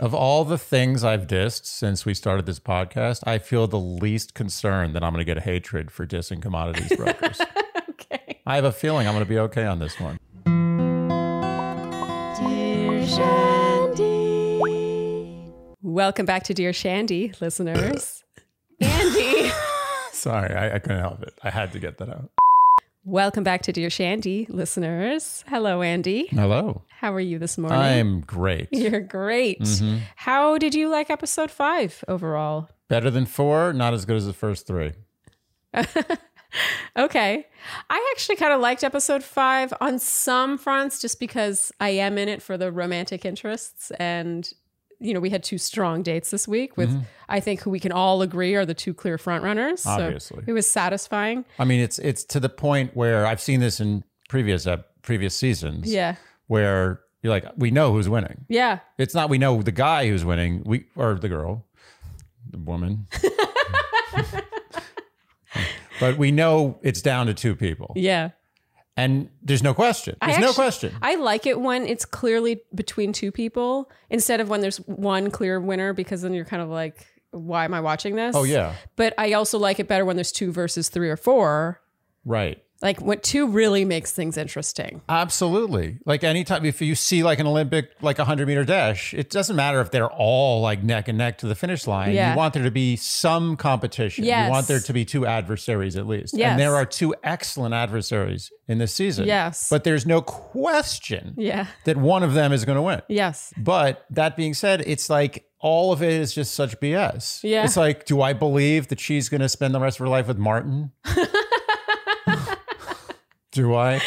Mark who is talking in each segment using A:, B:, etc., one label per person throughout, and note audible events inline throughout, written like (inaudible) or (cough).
A: Of all the things I've dissed since we started this podcast, I feel the least concerned that I'm going to get hatred for dissing commodities
B: (laughs)
A: brokers.
B: okay.
A: I have a feeling I'm going to be okay on this one.
B: Dear Shandy. Welcome back to Dear Shandy, listeners. (laughs) Andy.
A: Sorry, I, I couldn't help it. I had to get that out.
B: Welcome back to Dear Shandy, listeners. Hello, Andy.
A: Hello.
B: How are you this morning?
A: I'm great.
B: You're great.
A: Mhm.
B: How did you like episode five overall?
A: Better than four, not as good as the first three.
B: Okay. I actually kind of liked episode five on some fronts just because I am in it for the romantic interests. And, you know, we had two strong dates this week with,
A: Mm-hmm.
B: I think, who we can all agree are the two clear frontrunners.
A: Obviously.
B: So it was satisfying.
A: I mean, it's it's to the point where I've seen this in previous uh, previous seasons.
B: Yeah.
A: Where you're like, we know who's winning.
B: Yeah.
A: It's not we know the guy who's winning. We or the girl, the
B: (laughs)
A: woman. but we know it's down to two people,
B: Yeah.
A: and there's no question. There's no
B: actually-
A: question.
B: I like it when it's clearly between two people instead of when there's one clear winner because then you're kind of like, why am I watching this?
A: oh yeah,
B: But I also like it better when there's two versus three or four.
A: right.
B: Like what two really makes things interesting.
A: Absolutely. Like anytime if you see like an Olympic like a 100 meter dash, it doesn't matter if they're all like neck and neck to the finish line.
B: Yeah.
A: You want there to be some competition.
B: Yes.
A: You want there to be two adversaries at least.
B: Yes.
A: And there are two excellent adversaries in this season.
B: Yes.
A: But there's no question
B: Yeah.
A: that one of them is going to win.
B: Yes.
A: But that being said, it's like all of it is just such BS.
B: Yeah.
A: It's like, do I believe that she's going to spend the rest of her life with
B: (laughs)
A: Martin? do I?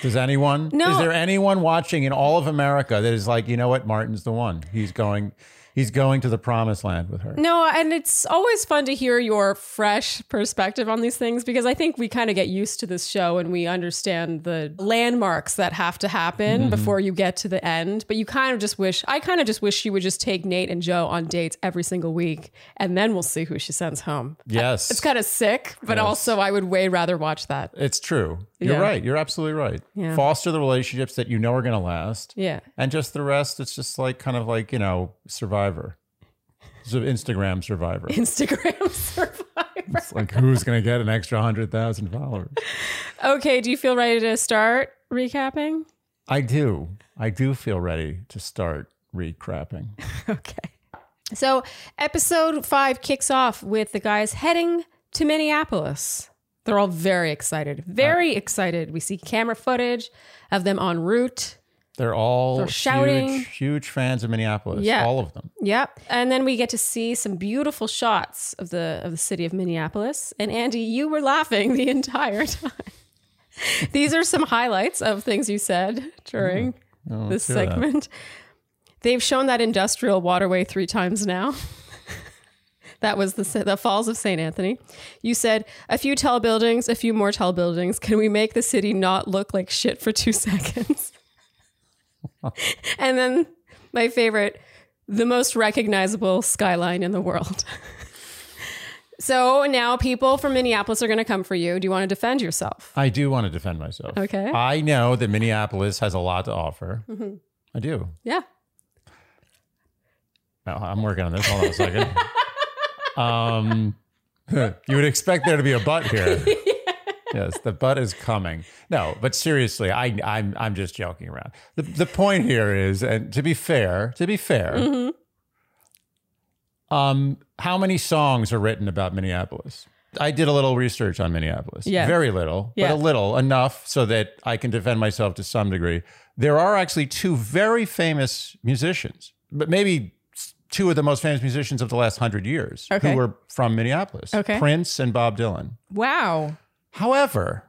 A: Does anyone?
B: No.
A: Is there anyone watching in all of America that is like, you know what? Martin's the one. He's going. He's going to the promised land with her.
B: No, and it's always fun to hear your fresh perspective on these things because I think we kind of get used to this show and we understand the landmarks that have to happen before you get to the end. But you kind of just wish, I kind of just wish she would just take Nate and Joe on dates every single week and then we'll see who she sends home.
A: Yes.
B: It's kind of sick, but
A: Yes.
B: also I would way rather watch that.
A: It's true. You're
B: Yeah.
A: right. You're absolutely right.
B: Yeah.
A: Foster the relationships that you know are going to last.
B: Yeah. (laughs)
A: And just the rest, it's just like kind of like, you know, Survivor. So Instagram Survivor.
B: Instagram (laughs) survivor.
A: It's like who's going to get an extra 100,000 followers?
B: Okay, do you feel ready to start recapping?
A: I do. I do feel ready to start recrapping.
B: Okay. So, episode five kicks off with the guys heading to Minneapolis. They're all very excited, very excited. We see camera footage of them en route.
A: They're all
B: They're shouting.
A: huge huge fans of Minneapolis,
B: Yeah.
A: all of them.
B: Yep. And then we get to see some beautiful shots of the of the city of Minneapolis. And Andy, you were laughing the (laughs) entire time. These are some highlights of things you said during
A: Oh, let's
B: this
A: hear that.
B: segment. They've shown that industrial waterway three times now. (laughs) that was the, the Falls of St. Anthony. You said, a few tall buildings, a few more tall buildings. Can we make the city not look like shit for two (laughs) seconds? and then my favorite, the most recognizable skyline in the world. (laughs) so now people from Minneapolis are going to come for you. Do you want to defend yourself?
A: I do want to defend myself.
B: Okay. Mm-hmm.
A: I know that Minneapolis has a lot to offer. I do.
B: Yeah.
A: No, I'm working on this. Hold on a second. um, (laughs) you would expect there to be a butt here. Yes, the butt is coming. No, but seriously, I, I'm I'm just joking around. The, the point here is, and to be fair, to be fair, um, how many songs are written about Minneapolis? I did a little research on Minneapolis.
B: Yeah.
A: Very little,
B: Yeah.
A: but a little enough so that I can defend myself to some degree. There are actually two very famous musicians, but maybe s- two of the most famous musicians of the last hundred years
B: Okay.
A: who were from Minneapolis
B: Okay.
A: Prince and Bob Dylan.
B: Wow. (laughs)
A: However,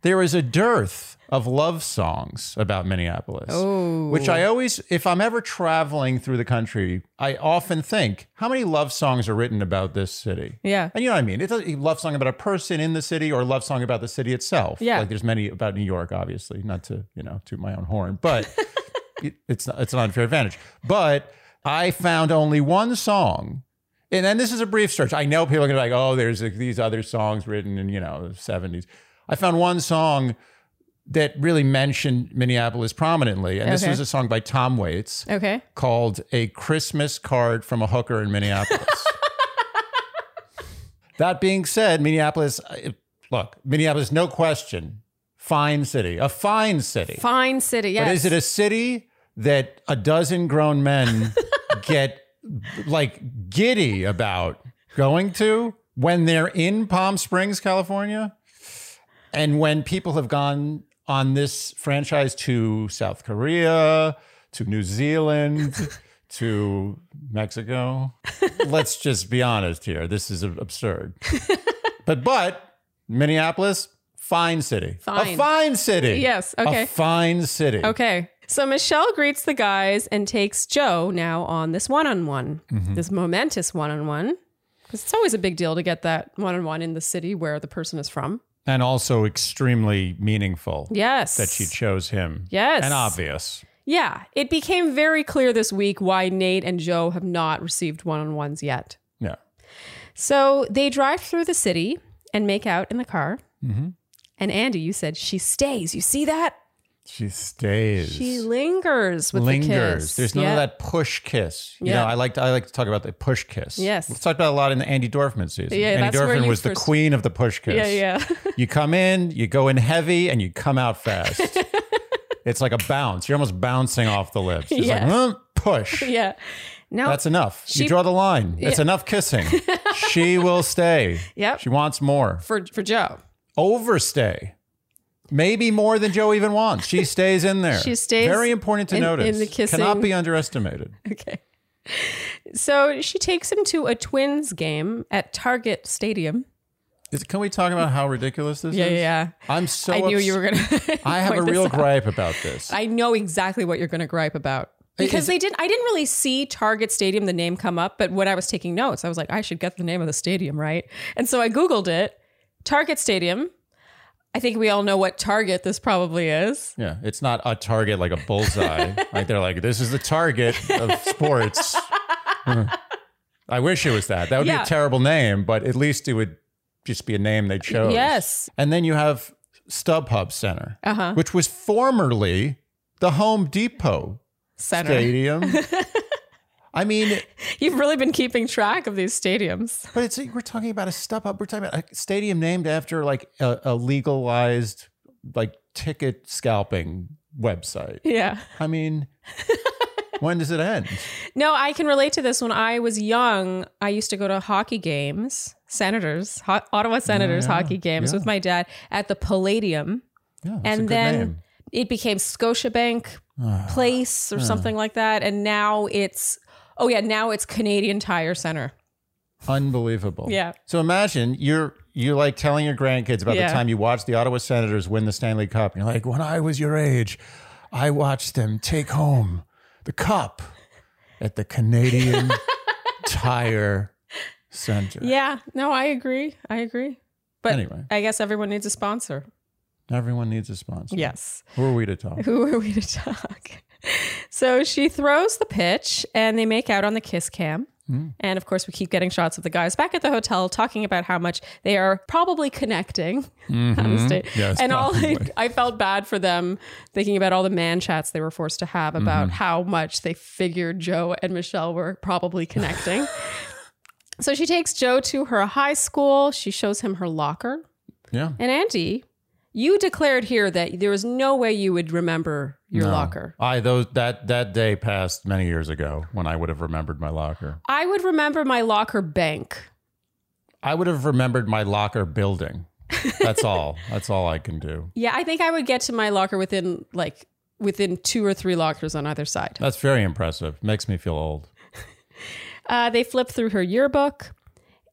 A: there is a dearth of love songs about Minneapolis,
B: Oh.
A: which I always, if I'm ever traveling through the country, I often think, how many love songs are written about this city?
B: Yeah.
A: And you know what I mean? It's a love song about a person in the city or a love song about the city itself.
B: Yeah.
A: Like there's many about New York, obviously, not to, you know, toot my own horn,
B: (laughs)
A: but it, it's, it's an unfair advantage. But I found only one song. And then this is a brief search. I know people are going to be like, oh, there's like, these other songs written in, you know, the 70s. I found one song that really mentioned Minneapolis prominently. And this
B: Okay.
A: was a song by Tom Waits
B: Okay.
A: called A Christmas Card from a Hooker in Minneapolis. that being said, Minneapolis, uh, look, Minneapolis, no question, fine city, a fine city.
B: Fine city. Yes.
A: But is it a city that a dozen grown
B: (laughs)
A: men get like giddy about going to when they're in Palm Springs, California? And when people have gone on this franchise to South Korea, to New
B: (laughs)
A: Zealand, to Mexico, let's just be honest here. This is
B: (laughs)
A: absurd. But but Minneapolis, fine city. A
B: Fine.
A: fine city.
B: Yes,
A: A
B: okay.
A: fine city.
B: Okay. So Michelle greets the guys and takes Joe now on this one on one,
A: Mm-hmm.
B: this momentous one on one. Because it's always a big deal to get that one on one in the city where the person is from.
A: And also extremely meaningful
B: Yes.
A: that she chose him.
B: Yes.
A: And obvious.
B: Yeah. It became very clear this week why Nate and Joe have not received one on ones yet.
A: Yeah.
B: So they drive through the city and make out in the car.
A: Mhm.
B: And Andy, you said she stays. You see that?
A: She stays.
B: She lingers with the
A: lingers.
B: kiss.
A: There's none
B: Yeah.
A: of that push kiss. You
B: Yeah.
A: know, I like to, I like to talk about the push kiss.
B: Yes.
A: It's talked about a lot in the Andy Dorfman season.
B: Yeah,
A: Andy
B: that's where
A: Dorfman
B: you
A: was the
B: first-
A: queen of the push kiss.
B: Yeah, yeah. (laughs)
A: You come in, you go in heavy, and you come out fast. it's like a bounce. You're almost bouncing off the lips. It's
B: Yes.
A: like "Mm, push.
B: (laughs) yeah. Now
A: That's enough.
B: She-
A: you draw the line. It's enough
B: (laughs)
A: kissing. she will stay.
B: Yep.
A: She wants more.
B: for for Joe.
A: Overstay. Maybe more than Joe even wants. She stays in there.
B: (laughs) She stays
A: Very important to
B: in-
A: notice.
B: in the kissing.
A: Cannot be underestimated.
B: Okay. So she takes him to a Twins game at Target Stadium.
A: Is, can we talk about how ridiculous this
B: Yeah,
A: is?
B: yeah, yeah.
A: I'm so.
B: I knew
A: ups-
B: you were gonna. (laughs)
A: I have a
B: point this
A: real
B: out.
A: gripe about this.
B: I know exactly what you're gonna gripe about because
A: is-
B: they didn't. I didn't really see Target Stadium the name come up, but when I was taking notes, I was like, I should get the name of the stadium right, and so I googled it. Target Stadium. I think we all know what Target this probably is.
A: yeah, it's not a target like a
B: (laughs)
A: bullseye. like they're like, this is the target of sports. I wish it was that. That would be
B: Yeah.
A: a terrible name, but at least it would just be a name they chose.
B: Yes.
A: And then you have StubHub Center,
B: Uh huh.
A: which was formerly the Home Depot
B: Center. (laughs)
A: Stadium. I mean,
B: You've really been keeping track of these stadiums.
A: but it's we're talking about a stub up. We're talking about a stadium named after like a, a legalized like ticket scalping website.
B: Yeah.
A: I
B: (laughs)
A: mean, when does it end?
B: No, I can relate to this. When I was young, I used to go to hockey games, Senators, ho- Ottawa Senators
A: yeah,
B: hockey games
A: yeah.
B: with my dad at the Palladium.
A: Yeah, it's a
B: And
A: good
B: then it became Scotiabank
A: name.
B: Place or something like that. And now it's, oh yeah, now it's Canadian Tire Center.
A: Unbelievable.
B: Yeah.
A: So imagine you're you're like telling your grandkids about
B: Yeah.
A: the time you watched the Ottawa Senators win the Stanley Cup. And you're like, when I was your age, I watched them take home the cup at the
B: (laughs)
A: Canadian Tire Center.
B: Yeah. No, I agree. I agree. But
A: Anyway.
B: I guess everyone needs a sponsor.
A: Everyone needs a sponsor.
B: Yes.
A: Who are we to talk?
B: Who are we to talk? (laughs) So she throws the pitch and they make out on the kiss cam. And of course, we keep getting shots of the guys back at the hotel talking about how much they are probably connecting. on this date.
A: Yes,
B: and all I,
A: Mm-hmm. probably.
B: I felt bad for them thinking about all the man chats they were forced to have
A: Mm-hmm.
B: about how much they figured Joe and Michelle were probably
A: (laughs)
B: connecting. so she takes Joe to her high school. She shows him her locker.
A: Yeah.
B: And Andy, you declared here that there was no way you would remember your
A: No.
B: locker.
A: I those that that day passed many years ago when I would have remembered my locker.
B: I would remember my locker bank.
A: I would have remembered my locker building. That's
B: (laughs)
A: all. That's all I can do.
B: Yeah, I think I would get to my locker within like within two or three lockers on either side.
A: That's very impressive. Makes me feel old.
B: Uh, they flip through her yearbook,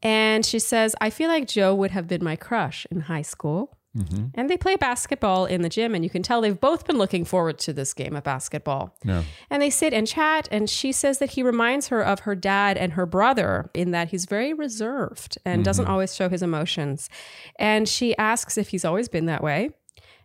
B: and she says, "I feel like Joe would have been my crush in high school."
A: Mhm.
B: And they play basketball in the gym, and you can tell they've both been looking forward to this game of basketball.
A: Yeah.
B: And they sit and chat, and she says that he reminds her of her dad and her brother in that he's very reserved and doesn't always show his emotions. And she asks if he's always been that way.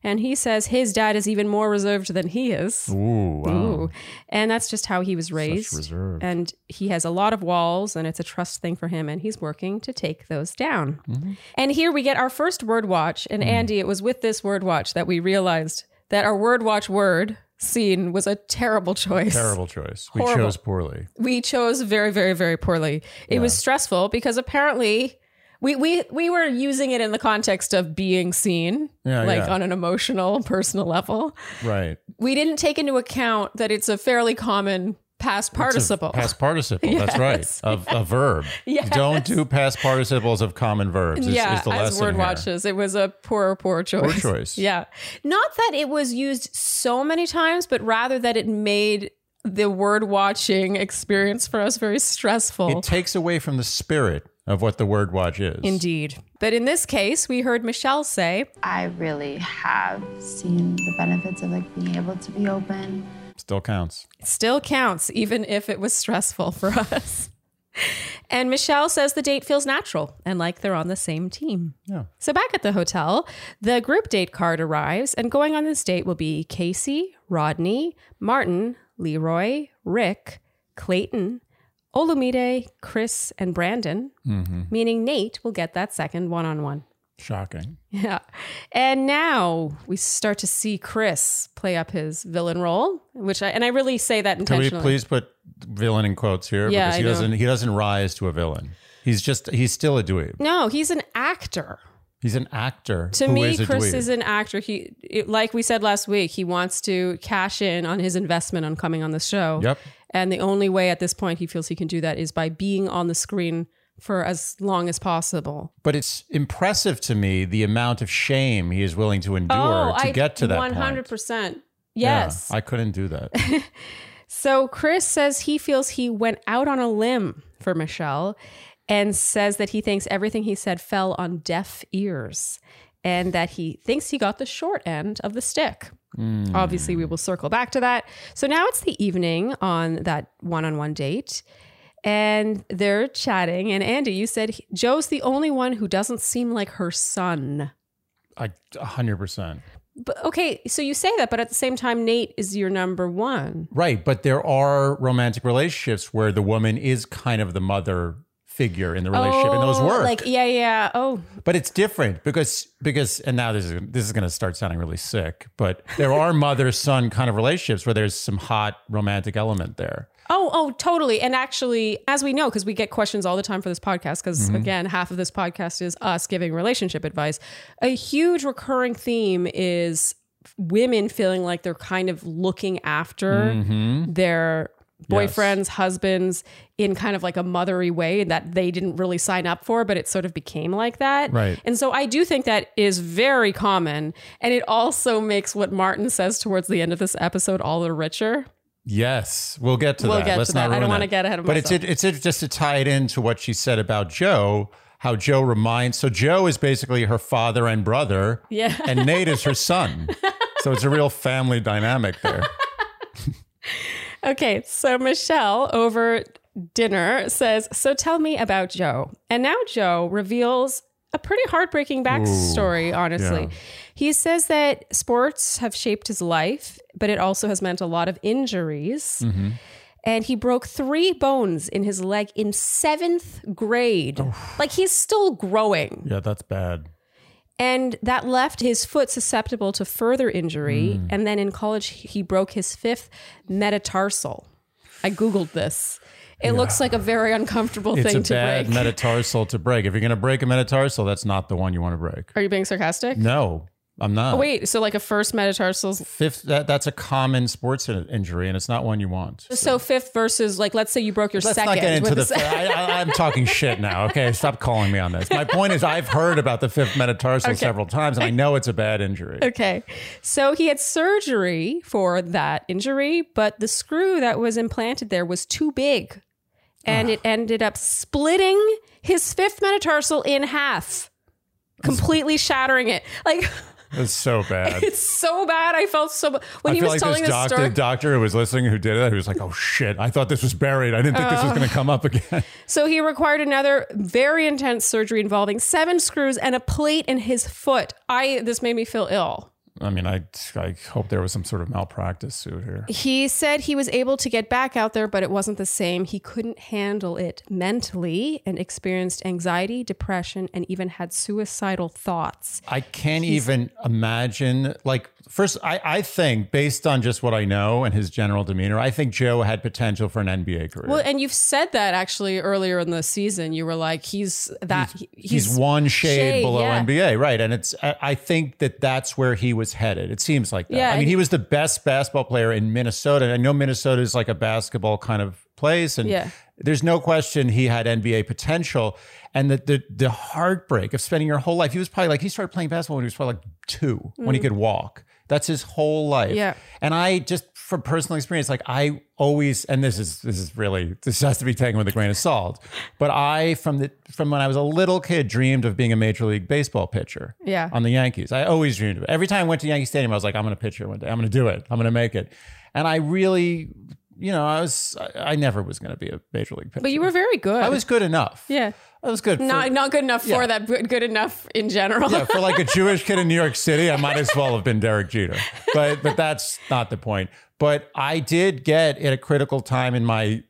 B: And he says his dad is even more reserved than he is.
A: Ooh, wow.
B: Ooh. And that's just how he was raised.
A: Oh. Such reserve.
B: And he has a lot of walls, and it's a trust thing for him, and he's working to take those down.
A: Mm-hmm.
B: And here we get our first word watch.
A: Mm.
B: And Andy, it was with this word watch that we realized that our word watch word scene was a terrible choice.
A: Terrible choice. We
B: Horrible.
A: chose poorly.
B: We chose very, very, very poorly. It was stressful because apparently. We, we, we were using it in the context of being seen,
A: Yeah,
B: like
A: yeah.
B: on an emotional, (laughs) personal level
A: Right.
B: we didn't take into account that it's a fairly common past participle.
A: Past participle.
B: (laughs)
A: That's
B: Yes.
A: right. Of a verb.
B: Yes.
A: Don't do past participles of common verbs. Is,
B: yeah,
A: is the
B: as
A: lesson
B: word
A: here.
B: watches, it was a poor, poor choice.
A: choice.
B: (laughs) Yeah, not that it was used so many times, but rather that it made the word watching experience for us very stressful.
A: It takes away from the spirit of what the word watch is.
B: Indeed, but in this case, we heard Michelle say,
C: I really have seen the benefits of like being able to be open.
A: Still counts.
B: "It "Still counts, even if it was stressful for (laughs) us." And Michelle says the date feels natural and like they're on the same team.
A: Yeah.
B: So back at the hotel, the group date card arrives, and going on this date will be Casey, Rodney, Martin, Leroy, Rick, Clayton, Olumide, Chris, and Brandon,
A: Mm-hmm. Hmm.
B: meaning Nate will get that second one on one.
A: Shocking.
B: (laughs) Yeah. And now we start to see Chris play up his villain role, which I, and I really say that
A: Can we
B: intentionally.
A: please put villain in quotes here?
B: Yeah,
A: because he
B: I know.
A: doesn't he doesn't rise to a villain. He's just he's still a dweeb.
B: no, he's an actor.
A: He's an actor.
B: To
A: who
B: me,
A: is a
B: Chris
A: dweeb.
B: is an actor. He, it- like we said last week, he wants to cash in on his investment on coming on the show.
A: Yep.
B: And the only way at this point he feels he can do that is by being on the screen for as long as possible.
A: But it's impressive to me the amount of shame he is willing to endure to get to that
B: Oh, One hundred
A: point.
B: percent.
A: Yeah,
B: Yes.
A: I couldn't do
B: (laughs)
A: that.
B: so Chris says he feels he went out on a limb for Michelle, and says that he thinks everything he said fell on deaf ears, and that he thinks he got the short end of the stick.
A: Hmm.
B: Obviously, we will circle back to that. So now it's the evening on that one on one date, and they're chatting. And Andy, you said he- Joe's the only one who doesn't seem like her son.
A: I hundred percent.
B: But okay, so you say that, but at the same time, Nate is your number one.
A: Right, but there are romantic relationships where the woman is kind of the mother figure in the relationship, and those
B: Oh,
A: work.
B: Like, yeah, yeah. Oh,
A: but it's different because because and now this is this is going to start sounding really sick, but there are mother son kind of relationships where there's some hot romantic element there.
B: oh, oh, totally. And actually, as we know, because we get questions all the time for this podcast, because again, half of this podcast is us giving relationship advice. A huge recurring theme is women feeling like they're kind of looking after their boyfriends, husbands in kind of like a mothery way that they didn't really sign up for, but it sort of became like that.
A: Right.
B: And so I do think that is very common. And it also makes what Martin says towards the end of this episode all the richer.
A: Yes, we'll get to
B: We'll
A: that.
B: get
A: Let's
B: to
A: not
B: that. I
A: ruin
B: don't wanna
A: that.
B: get ahead of
A: but it's it's it's just to tie it into what she said about Joe, how Joe reminds. So Joe is basically her father and brother,
B: Yeah.
A: and Nate is her
B: (laughs)
A: son. So it's a real family dynamic there.
B: Okay, so Michelle over dinner says, So tell me about Joe. And now Joe reveals a pretty heartbreaking backstory, honestly.
A: yeah.
B: He says that sports have shaped his life, but it also has meant a lot of injuries. And he broke three bones in his leg in seventh grade. Like he's still growing.
A: Yeah, that's bad.
B: And that left his foot susceptible to further
A: Hmm.
B: injury. And then in college, he broke his fifth metatarsal. I Googled this. It looks like a very uncomfortable
A: It's
B: thing
A: a
B: to
A: bad
B: break. (laughs)
A: metatarsal to break. If you're going to break a metatarsal, that's not the one you want to break.
B: Are you being sarcastic?
A: No, I'm not.
B: Wait, so like a first metatarsal's.
A: Fifth, that, that's a common sports in- injury, and it's not one you want.
B: So fifth versus like, let's say you broke your
A: Let's
B: second.
A: not get into
B: with
A: the.
B: a se-
A: I, I, I'm talking shit now. Okay, stop calling me on this. My point is, I've heard about the fifth metatarsal several times, and I know it's a bad injury.
B: okay. So he had surgery for that injury, but the screw that was implanted there was too big. And it ended up splitting his fifth metatarsal in half, completely shattering it. Like, (laughs)
A: It's so bad.
B: it's so bad. I felt so bad. When
A: I
B: he
A: feel
B: was
A: like
B: telling
A: this
B: this
A: doctor,
B: story.
A: doctor who was listening, who did it, he was like, "Oh shit! I thought this was buried. I didn't think
B: Oh.
A: this was going to come up again." (laughs)
B: So he required another very intense surgery involving seven screws and a plate in his foot. I this made me feel ill.
A: I mean, I, I hope there was some sort of malpractice suit here.
B: He said he was able to get back out there, but it wasn't the same. He couldn't handle it mentally and experienced anxiety, depression, and even had suicidal thoughts.
A: I can't even imagine. Like, first, I, I think based on just what I know and his general demeanor, I think Joe had potential for an NBA career.
B: Well, and you've said that actually earlier in the season. You were like, he's that, he's,
A: he's, one shade,
B: shade,
A: below
B: yeah.
A: NBA, right? And it's I I think that that's where he was headed. It seems like that.
B: Yeah,
A: I mean,
B: and-
A: he was the best basketball player in Minnesota. I know Minnesota is like a basketball kind of place, and
B: Yeah.
A: there's no question he had NBA potential. And the, the the heartbreak of spending your whole life. He was probably like he started playing basketball when he was probably like two, when he could walk. That's his whole life.
B: Mm. Yeah.
A: And I just from personal experience, like I always, and this is this is really this has to be taken with a grain of salt, but I from the from when I was a little kid dreamed of being a major league baseball pitcher.
B: Yeah.
A: On the Yankees, I always dreamed of it. Every time I went to Yankee Stadium, I was like, I'm going to pitch here one day. I'm going to do it. I'm going to make it. And I really, you know, I was I I never was going to be a major league pitcher.
B: but you were very good.
A: I was good enough.
B: yeah.
A: I was good. for-
B: Not, not good enough
A: Yeah.
B: for that, but good enough in
A: (laughs)
B: general.
A: yeah, for like a Jewish kid in New York City, I might as well have been Derek Jeter. But but that's not the point. But I did get at a critical time in my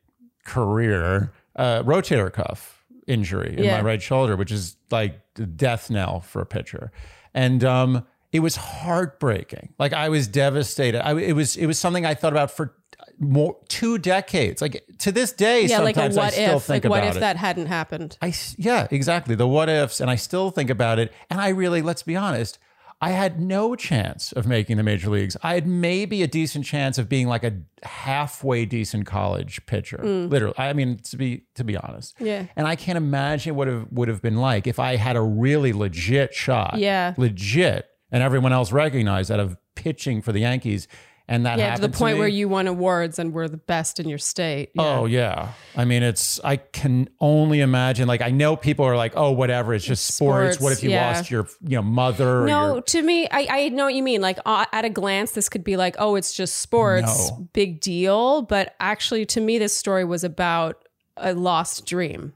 A: career uh, rotator cuff injury in
B: Yeah.
A: my right shoulder, which is like the death knell for a pitcher, and um, it was heartbreaking. Like I was devastated. I, it was it was something I thought about for uh, more two decades. Like to this day,
B: (laughs) Yeah, like a
A: sometimes I
B: what
A: still
B: if?
A: think
B: Like, what
A: about
B: if
A: it.
B: that hadn't happened?
A: I s- yeah, exactly. The what ifs, and I still think about it. And I really, let's be honest, I had no chance of making the major leagues. I had maybe a decent chance of being like a halfway decent college pitcher. Literally, I mean to be to be honest.
B: Hmm. Yeah.
A: And I can't imagine what it would have been like if I had a really legit shot.
B: Yeah.
A: legit, and everyone else recognized that of pitching for the Yankees, and that
B: Yeah, to the
A: happened
B: point
A: me.
B: where you won awards and were the best in your state. Yeah.
A: Oh yeah. I mean it's I can only imagine like I know people are like, "Oh, whatever, it's just sports.
B: Sports,
A: What if you
B: yeah.
A: lost your, you know, mother or
B: No,
A: your
B: to me, I, I know what you mean. Like uh, at a glance, this could be like, oh, it's just sports,
A: No.
B: big deal. But actually, to me, this story was about a lost dream.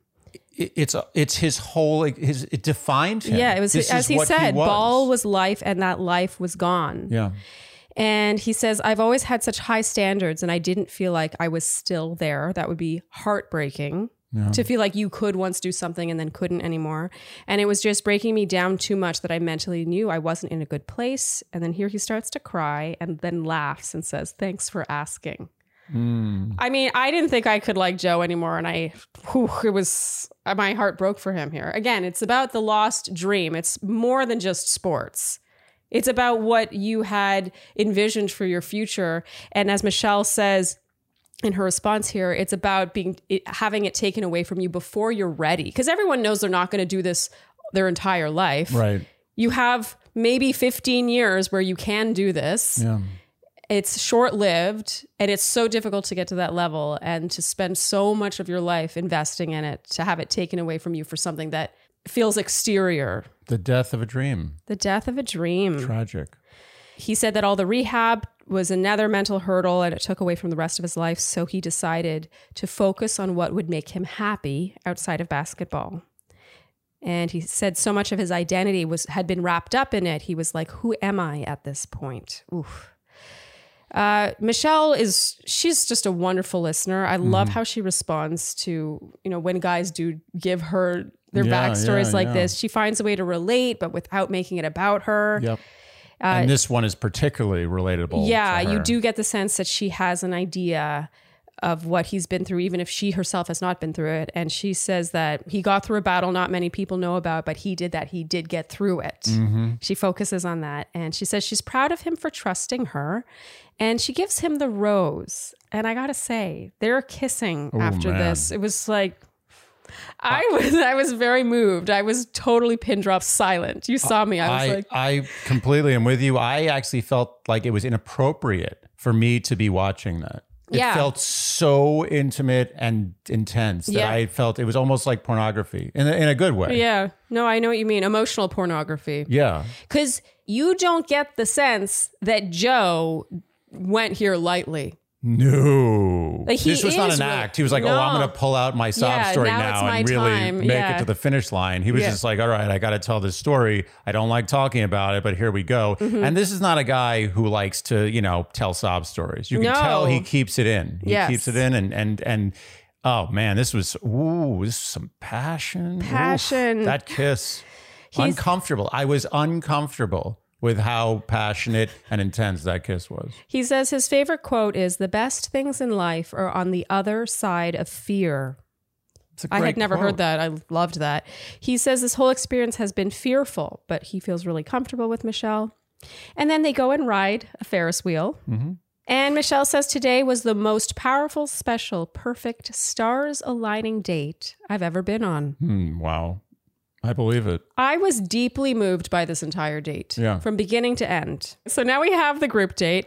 A: it- it's it's his whole like, his it defined him.
B: Yeah, it was
A: This is
B: as he
A: what
B: said,
A: was.
B: ball was life, and that life was gone.
A: Yeah.
B: And he says, I've always had such high standards, and I didn't feel like I was still there. That would be heartbreaking
A: Yeah.
B: to feel like you could once do something and then couldn't anymore. And it was just breaking me down too much that I mentally knew I wasn't in a good place. And then here he starts to cry and then laughs and says, Thanks for asking.
A: Mm.
B: I mean, I didn't think I could like Joe anymore, and I, whew, it was my heart broke for him here. Again, it's about the lost dream. It's more than just sports. It's about what you had envisioned for your future, and as Michelle says in her response here, it's about being it, having it taken away from you before you're ready, because everyone knows they're not going to do this their entire life.
A: Right.
B: You have maybe 15 years where you can do this
A: Yeah.
B: it's short lived and it's so difficult to get to that level and to spend so much of your life investing in it to have it taken away from you for something that feels exterior.
A: The death of a dream.
B: The death of a dream.
A: Tragic.
B: He said that all the rehab was another mental hurdle and it took away from the rest of his life. So he decided to focus on what would make him happy outside of basketball. And he said so much of his identity was had been wrapped up in it. He was like, "Who am I at this point?" Oof. Uh, Michelle is she's just a wonderful listener. I
A: Mm-hmm.
B: love how she responds to you know when guys do give her their
A: Yeah,
B: backstories
A: yeah,
B: like
A: yeah.
B: this. She finds a way to relate, but without making it about her.
A: Yep. and this one is particularly relatable. to
B: Uh, Yeah, you
A: her.
B: do get the sense that she has an idea of what he's been through, even if she herself has not been through it. And she says that he got through a battle not many people know about, but he did that. He did get through it.
A: Mm-hmm.
B: She focuses on that. And she says she's proud of him for trusting her. And she gives him the rose. And I got to say, they're kissing after
A: Oh, man.
B: this. It was like, I was I was very moved. I was totally pin drop silent. You saw me. I was
A: I,
B: like,
A: I completely am with you. I actually felt like it was inappropriate for me to be watching that. It
B: Yeah.
A: felt so intimate and intense that
B: Yeah.
A: I felt it was almost like pornography in a, in a good way.
B: yeah, no, I know what you mean. Emotional pornography.
A: Yeah.
B: Because you don't get the sense that Joe went here lightly.
A: No.
B: Like, he
A: this was not
B: is
A: an
B: really-
A: act. He was like, oh, I'm
B: No.
A: going to pull out my sob
B: Yeah,
A: story
B: now
A: now,
B: it's my
A: and really
B: time.
A: make
B: Yeah.
A: it to the finish line. He was
B: Yeah.
A: just like, all right, I got to tell this story. I don't like talking about it, but here we go.
B: Mm-hmm.
A: And this is not a guy who likes to, you know, tell sob stories. You can
B: No.
A: tell he keeps it in. He
B: Yes.
A: keeps it in and, and, and, Oh man, this was ooh, this was some passion. Oof,
B: Passion.
A: that kiss.
B: He's-
A: uncomfortable. I was uncomfortable with how passionate and intense that kiss was.
B: He says his favorite quote is the best things in life are on the other side of fear.
A: It's a
B: I had
A: great
B: never
A: quote.
B: heard that. I loved that. He says this whole experience has been fearful, but he feels really comfortable with Michelle. And then they go and ride a Ferris wheel.
A: Mhm.
B: And Michelle says today was the most powerful, special, perfect, stars aligning date I've ever been on.
A: Hmm, wow. I believe it.
B: I was deeply moved by this entire date
A: Yeah.
B: from beginning to end. So now we have the group date,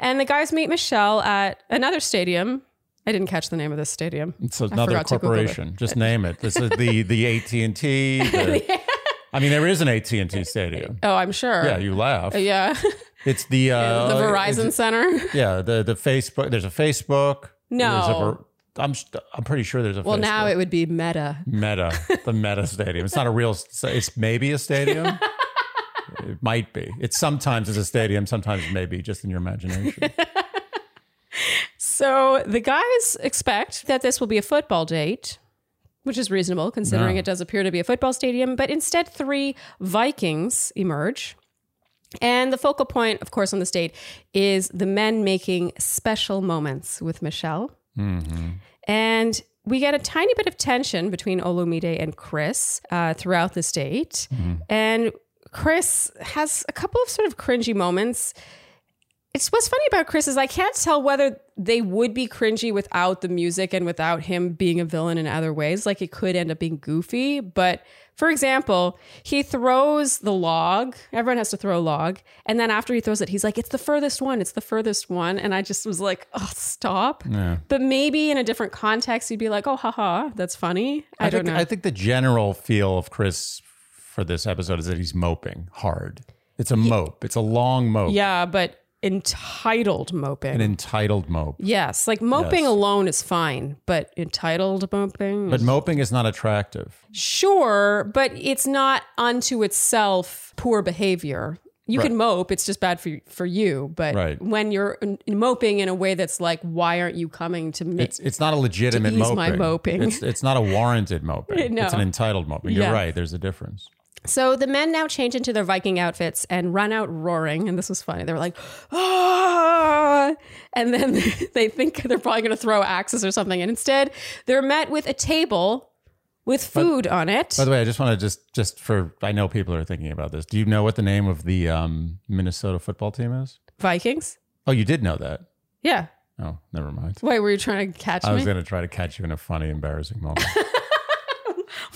B: and the guys meet Michelle at another stadium. I didn't catch the name of this stadium.
A: It's another
B: forgot to Google it.
A: corporation. Just name it. This is the the AT and
B: (laughs)
A: T. I mean, there is an AT and T stadium.
B: Oh, I'm sure.
A: Yeah, you laugh.
B: Yeah. (laughs)
A: It's the uh,
B: the Verizon
A: it's-
B: Center.
A: yeah, the the Facebook. There's a Facebook. There's a,
B: No.
A: Ver- I'm st- I'm pretty sure there's a.
B: Well,
A: Facebook.
B: now it would be Meta.
A: Meta, the Meta Stadium. It's not a real. st- It's maybe a
B: (laughs)
A: stadium. it might be. It's sometimes it's a stadium. Sometimes maybe just in your imagination.
B: So the guys expect that this will be a football date, which is reasonable considering
A: Yeah.
B: it does appear to be a football stadium, but instead, three Vikings emerge. And the focal point, of course, on this date is the men making special moments with Michelle.
A: hmm
B: And we get a tiny bit of tension between Olumide and Chris uh, throughout this date. And Chris has a couple of sort of cringy moments. It's what's funny about Chris is I can't tell whether they would be cringy without the music and without him being a villain in other ways. Like it could end up being goofy. But for example, he throws the log. Everyone has to throw a log. And then after he throws it, he's like, it's the furthest one. It's the furthest one. And I just was like, oh, stop.
A: Yeah.
B: But maybe in a different context, you'd be like, oh, haha, that's funny. I, don't
A: think,
B: know.
A: I think the general feel of Chris for this episode is that he's moping hard. It's a mope. It's a long mope.
B: yeah, but entitled moping.
A: An entitled mope.
B: yes, like moping
A: Yes.
B: alone is fine, but entitled moping.
A: But
B: is-
A: moping is not attractive.
B: sure, but it's not unto itself poor behavior. You can mope; it's just bad for for you. But
A: Right.
B: when you're in- moping in a way that's like, why aren't you coming to me?
A: It's it's not a legitimate
B: To ease
A: moping.
B: my moping.
A: It's it's not a warranted moping.
B: (laughs) No.
A: It's an entitled moping. You're
B: Yeah.
A: right. There's a difference.
B: So the men now change into their Viking outfits and run out roaring. And this was funny. They were like, ah! And then (laughs) they think they're probably going to throw axes or something. And instead, they're met with a table with food on it.
A: By the way, I just want to just just for I know people are thinking about this. Do you know what the name of the um, Minnesota football team is?
B: Vikings?
A: Oh, you did know that.
B: Yeah.
A: Oh, never mind.
B: Why were you trying to catch
A: I was
B: me?
A: going to try to catch you in a funny, embarrassing moment.
B: (laughs)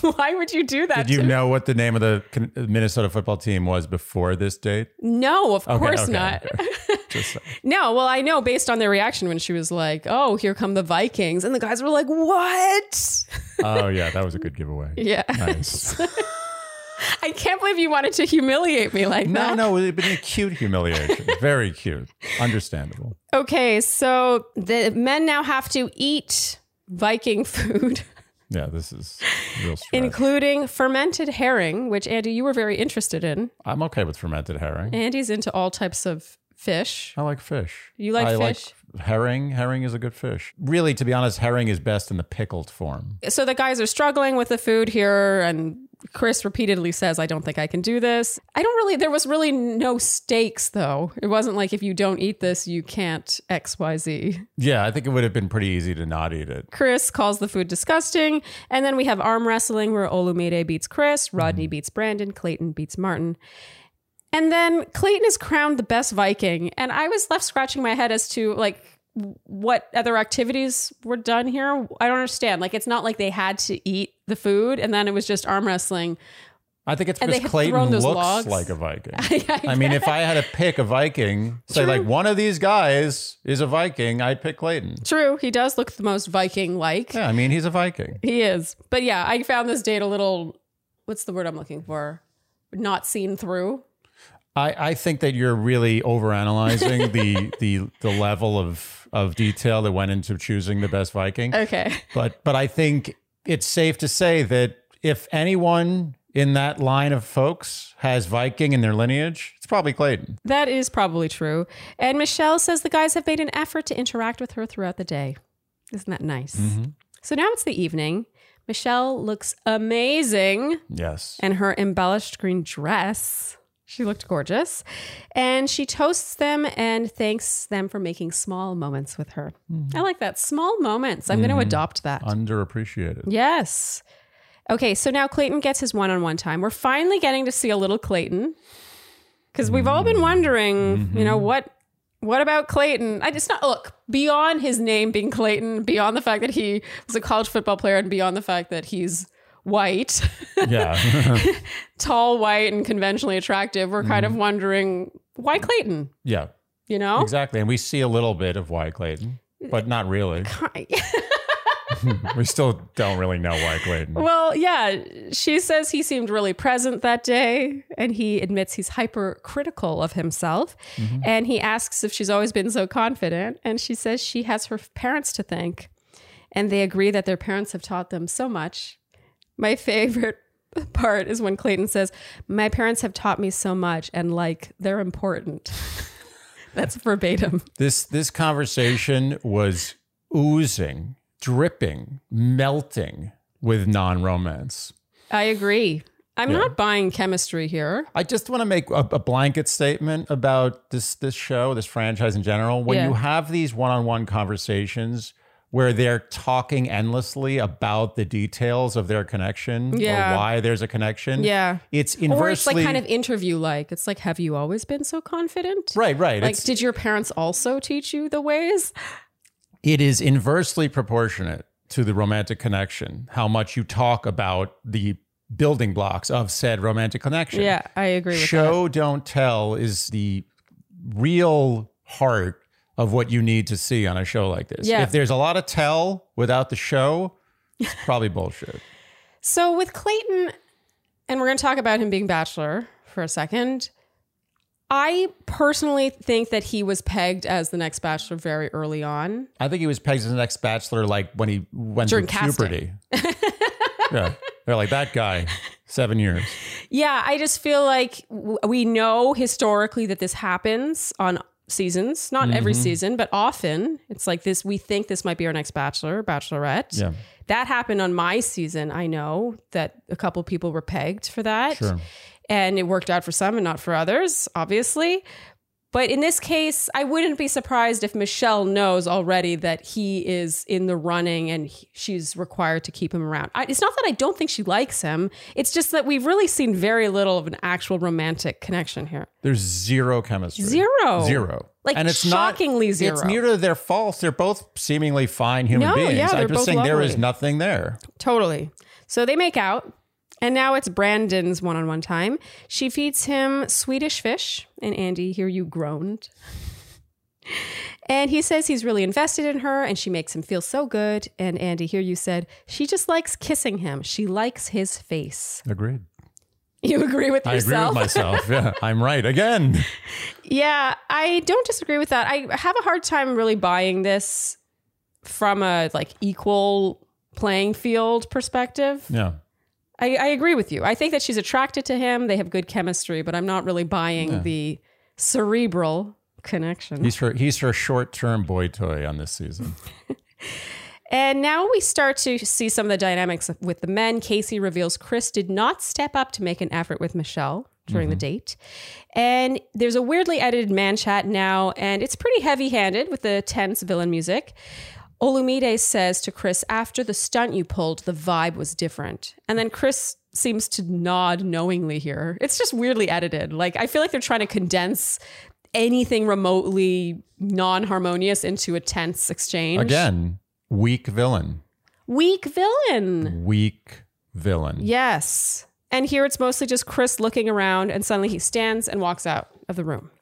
B: Why would you do that?
A: Did you
B: to me?
A: know what the name of the Con- Minnesota football team was before this date?
B: No, of
A: Okay,
B: course
A: okay,
B: not.
A: Just
B: No, well, I know based on their reaction when she was like, oh, here come the Vikings. And the guys were like, what?
A: oh yeah, that was a good giveaway.
B: (laughs) Yeah.
A: Nice.
B: I can't believe you wanted to humiliate me like that.
A: no, no, it'd been a cute humiliation. Very cute. Understandable.
B: Okay, so the men now have to eat Viking (laughs) food,
A: Yeah, this is real stress.
B: including fermented herring, which Andy, you were very interested in.
A: I'm okay with fermented herring.
B: Andy's into all types of fish.
A: I like fish.
B: You like
A: I
B: fish?
A: Like herring. Herring is a good fish. Really, to be honest, herring is best in the pickled form.
B: So the guys are struggling with the food here, and Chris repeatedly says, I don't think I can do this. I don't really, there was really no stakes though. It wasn't like if you don't eat this, you can't XYZ.
A: Yeah, I think it would have been pretty easy to not eat it.
B: Chris calls the food disgusting. And then we have arm wrestling where Olumide beats Chris, Rodney
A: Mm.
B: beats Brandon, Clayton beats Martin. And then Clayton is crowned the best Viking. And I was left scratching my head as to like w- what other activities were done here. I don't understand. Like it's not like they had to eat the food and then it was just arm wrestling. (laughs)
A: I think it's
B: And they
A: because
B: had thrown
A: Clayton
B: those
A: looks
B: logs.
A: like a Viking.
B: I
A: I mean, if I had to pick a Viking, say
B: True.
A: like one of these guys is a Viking, I'd pick Clayton.
B: True, he does look the most Viking like.
A: Yeah, I mean, he's a Viking.
B: He is. But yeah, I found this date a little what's the word I'm looking for? Not seen through.
A: I, I think that you're really overanalyzing (laughs) the the the level of of detail that went into choosing the best Viking.
B: Okay.
A: But but I think it's safe to say that if anyone in that line of folks has Viking in their lineage, it's probably Clayton.
B: That is probably true. And Michelle says the guys have made an effort to interact with her throughout the day. Isn't that nice? So now it's the evening. Michelle looks amazing
A: Yes.
B: and her embellished green dress. She looked gorgeous. And she toasts them and thanks them for making small moments with her. I like that. Small moments. I'm going to adopt that.
A: Underappreciated.
B: Yes. Okay, so now Clayton gets his one on one time. We're finally getting to see a little Clayton because we've all been wondering, you know, what. What about Clayton? I just not look beyond his name being Clayton, beyond the fact that he was a college football player, and beyond the fact that he's white,
A: (laughs)
B: (laughs)
A: Yeah.
B: tall, white, and conventionally attractive. We're kind of wondering why Clayton,
A: (laughs) yeah.
B: you know?
A: Exactly. And we see a little bit of why Clayton, but not really. we still don't really know why Clayton.
B: Well, yeah, she says he seemed really present that day, and he admits he's hypercritical of himself. And he asks if she's always been so confident, and she says she has her parents to thank. And they agree that their parents have taught them so much. My favorite (laughs) part is when Clayton says, My parents have taught me so much, and like, they're important. (laughs) That's verbatim.
A: This this conversation was oozing, dripping, melting with non-romance.
B: I agree. I'm not buying chemistry here.
A: I just want to make a, a blanket statement about this this show, this franchise in general. When
B: Yeah.
A: you have these one-on-one conversations where they're talking endlessly about the details of their connection
B: Yeah.
A: or why there's a connection,
B: Yeah.
A: it's
B: Or it's
A: inversely
B: like kind of interview like. It's like, have you always been so confident?
A: right, right.
B: Like,
A: it's,
B: did your parents also teach you the ways?
A: it is inversely proportionate to the romantic connection how much you talk about the building blocks of said romantic connection
B: Yeah, I agree with
A: show don't tell is the real heart of what you need to see on a show like this
B: Yeah.
A: if there's a lot of tell without the show it's probably (laughs) bullshit
B: that. So with Clayton, and we're going to talk about him being bachelor for a second. I personally think that he was pegged as the next bachelor very early on.
A: i think he was pegged as the next bachelor like when he went
B: During
A: through
B: casting. (laughs)
A: puberty yeah they're like that guy seven years
B: Yeah, I just feel like w- we know historically that this happens on seasons, not every
A: Mm-hmm.
B: season, but often. It's like this we think this might be our next bachelor, bachelorette.
A: yeah
B: That happened on my season. I know that a couple people were pegged for that.
A: sure
B: And it worked out for some and not for others, obviously. But in this case, I wouldn't be surprised if Michelle knows already that he is in the running and he- she's required to keep him around. I, it's not that I don't think she likes him, it's just that we've really seen very little of an actual romantic connection here.
A: There's zero chemistry.
B: Zero.
A: Zero.
B: Oh. Like, shockingly
A: not,
B: zero.
A: It's neither their fault. They're both seemingly fine human
B: No,
A: beings.
B: yeah,
A: I'm
B: they're
A: just
B: both
A: saying there is
B: lovely.
A: nothing there.
B: Totally. So they make out, and now it's Brandon's one on one time. She feeds him Swedish fish, and Andy, here you groaned. And he says he's really invested in her and she makes him feel so good. And Andy, here you said, she just likes kissing him. She likes his face. (laughs)
A: Agreed.
B: You agree with
A: I
B: yourself?
A: agree with myself. Yeah, I'm right again.
B: (laughs) Yeah, I don't disagree with that. I have a hard time really buying this from a like equal playing field perspective.
A: Yeah.
B: I, I agree with you. I think that she's attracted to him. They have good chemistry, but I'm not really buying the cerebral connection.
A: He's her he's her short term boy toy on this season.
B: and now we start to see some of the dynamics with the men. Casey reveals Chris did not step up to make an effort with Michelle during the date. And there's a weirdly edited man chat now, and it's pretty heavy handed with the tense villain music. Olumide says to Chris, after the stunt you pulled, the vibe was different. And then Chris seems to nod knowingly here. It's just weirdly edited. Like, I feel like they're trying to condense anything remotely non harmonious into a tense exchange.
A: Again, weak villain.
B: Weak villain.
A: Weak villain.
B: Yes. And here it's mostly just Chris looking around, and suddenly he stands and walks out of the room.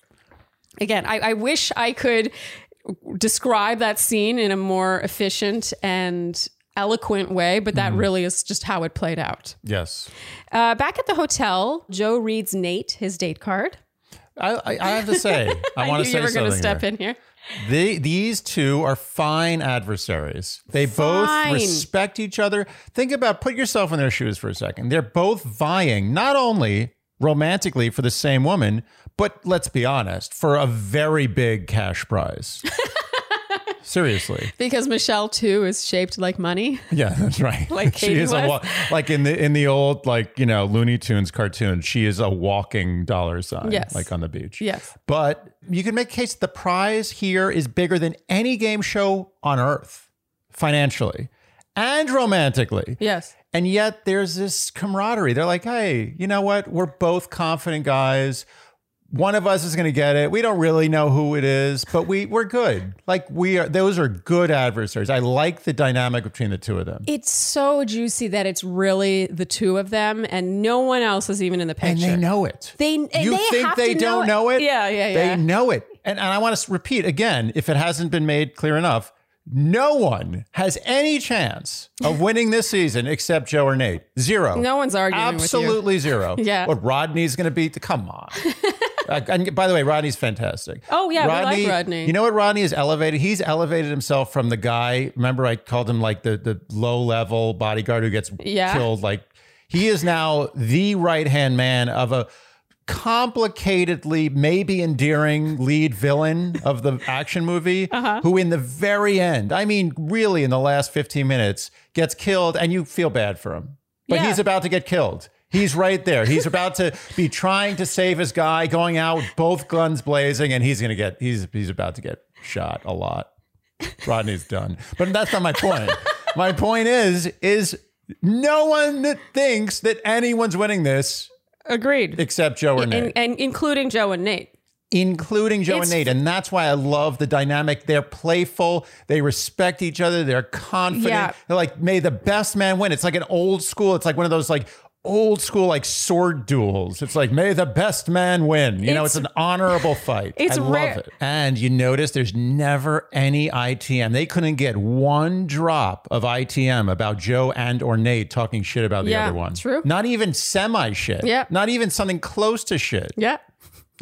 B: Again, I, I wish I could describe that scene in a more efficient and eloquent way, but that really is just how it played out.
A: Yes.
B: Uh, back at the hotel, Joe reads Nate his date card.
A: I, I, I have to say, I,
B: (laughs) I
A: want
B: knew
A: to say
B: you were
A: something.
B: gonna step
A: here.
B: in here.
A: They, these two are fine adversaries. They
B: Fine.
A: both respect each other. Think about put yourself in their shoes for a second. They're both vying not only romantically for the same woman, but let's be honest, for a very big cash prize. Seriously.
B: Because Michelle too is shaped like money.
A: Yeah, (laughs) that's right.
B: Like Katie
A: a
B: was.
A: wa- like in the in the old like, you know, Looney Tunes cartoon, she is a walking dollar sign
B: Yes.
A: like on the beach.
B: Yes.
A: But you can make a case the prize here is bigger than any game show on earth, financially and romantically.
B: Yes.
A: And yet there's this camaraderie. They're like, hey, you know what? We're both confident guys. One of us is going to get it. We don't really know who it is, but we we're good. Like we are. Those are good adversaries. I like the dynamic between the two of them.
B: It's so juicy that it's really the two of them and no one else is even in the
A: and
B: picture.
A: they know it.
B: They-
A: you
B: and they
A: think
B: have
A: they
B: to
A: don't
B: know
A: know
B: it.
A: it?
B: Yeah, yeah, yeah.
A: They know it. And, and I want to repeat again, if it hasn't been made clear enough, no one has any chance
B: (laughs)
A: of winning this season except Joe or Nate. Zero.
B: No one's arguing with you.
A: Absolutely zero.
B: (laughs) Yeah.
A: What Rodney's going to beat? Come
B: (laughs)
A: on. Uh, and by the way, Rodney's fantastic.
B: Oh, yeah, we like Rodney.
A: You know what? Rodney is elevated. He's elevated himself from the guy. Remember, I called him like the the low level bodyguard who gets
B: Yeah.
A: killed. Like he is now the right hand man of a complicatedly maybe endearing lead villain of the action
B: (laughs)
A: movie
B: Uh-huh.
A: who in the very end i mean really in the last 15 minutes gets killed and you feel bad for him but
B: Yeah.
A: he's about to get killed he's right there he's about to be trying to save his guy going out with both guns blazing and he's gonna get he's he's about to get shot a lot rodney's done but that's not my point my point is is no one that thinks that anyone's winning this
B: Agreed.
A: except Joe or Nate,
B: and, and including Joe and Nate.
A: including Joe
B: It's-
A: and Nate. And that's why I love the dynamic. They're playful, they respect each other, they're confident.
B: Yeah.
A: They're like, may the best man win. It's like an old school, it's like one of those like old school like sword duels. It's like, may the best man win. You know,
B: It's-
A: it's an honorable fight.
B: (laughs) It's
A: I love
B: rare.
A: it. And you notice there's never any ITM. They couldn't get one drop of ITM about Joe and or Nate talking shit about the
B: Yeah,
A: other one.
B: true.
A: Not even semi shit.
B: Yeah.
A: Not even something close to shit.
B: Yeah.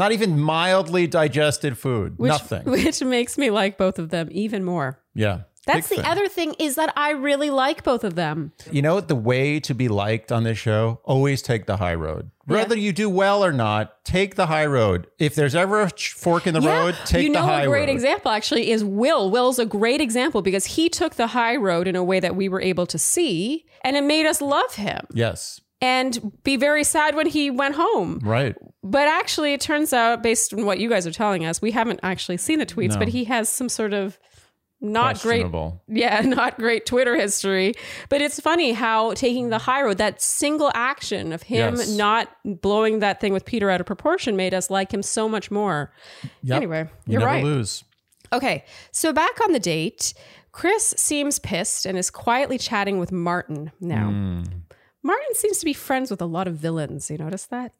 A: Not even mildly digested food.
B: Which,
A: Nothing.
B: Which makes me like both of them even more.
A: yeah.
B: That's
A: Big
B: the
A: fan.
B: other thing is that I really like both of them.
A: You know, the way to be liked on this show, always take the high road. Whether you do well or not, take the high road. If there's ever a ch- fork in the road, take
B: you know
A: the high
B: a great
A: road.
B: example actually is Will. Will's a great example because he took the high road in a way that we were able to see, and it made us love him
A: yes.
B: and be very sad when he went home.
A: Right.
B: But actually, it turns out, based on what you guys are telling us, we haven't actually seen the tweets,
A: No.
B: but he has some sort of not great
A: Questionable.
B: yeah, (laughs) not great Twitter history. But it's funny how taking the high road, that single action of him
A: Yes.
B: not blowing that thing with Peter out of proportion made us like him so much more.
A: Yep.
B: Anyway,
A: You
B: you're
A: never
B: right.
A: lose.
B: Okay, so back on the date, Chris seems pissed and is quietly chatting with Martin now.
A: Hmm.
B: Martin seems to be friends with a lot of villains. You notice that?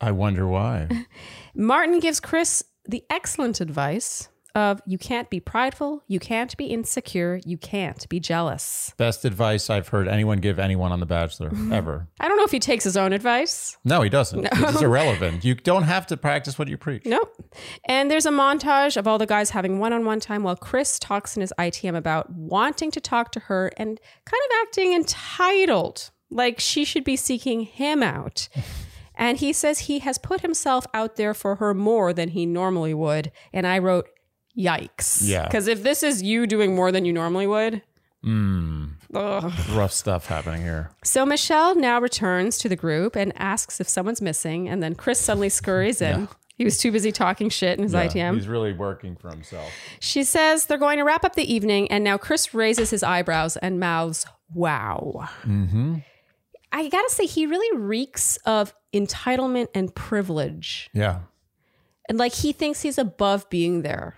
A: I wonder
B: (laughs)
A: why.
B: Martin gives Chris the excellent advice of you can't be prideful, you can't be insecure, you can't be jealous.
A: Best advice I've heard anyone give anyone on The
B: (laughs)
A: Bachelor ever.
B: I don't know if he takes his own advice.
A: No, he doesn't.
B: (laughs)
A: It's irrelevant. You don't have to practice what you preach.
B: Nope. And there's a montage of all the guys having one on one time while Chris talks in his ITM about wanting to talk to her and kind of acting entitled, like she should be seeking him out. And he says he has put himself out there for her more than he normally would. And I wrote, yikes.
A: Yeah.
B: Because if this is you doing more than you normally would, ugh.
A: Rough stuff happening here.
B: So Michelle now returns to the group and asks if someone's missing, and then Chris suddenly scurries in. He was too busy talking shit in his
A: Yeah,
B: ITM.
A: He's really working for himself.
B: She says they're going to wrap up the evening, and now Chris raises his eyebrows and mouths, Wow.
A: Mm-hmm.
B: I gotta say, he really reeks of entitlement and privilege.
A: Yeah.
B: And like he thinks he's above being there.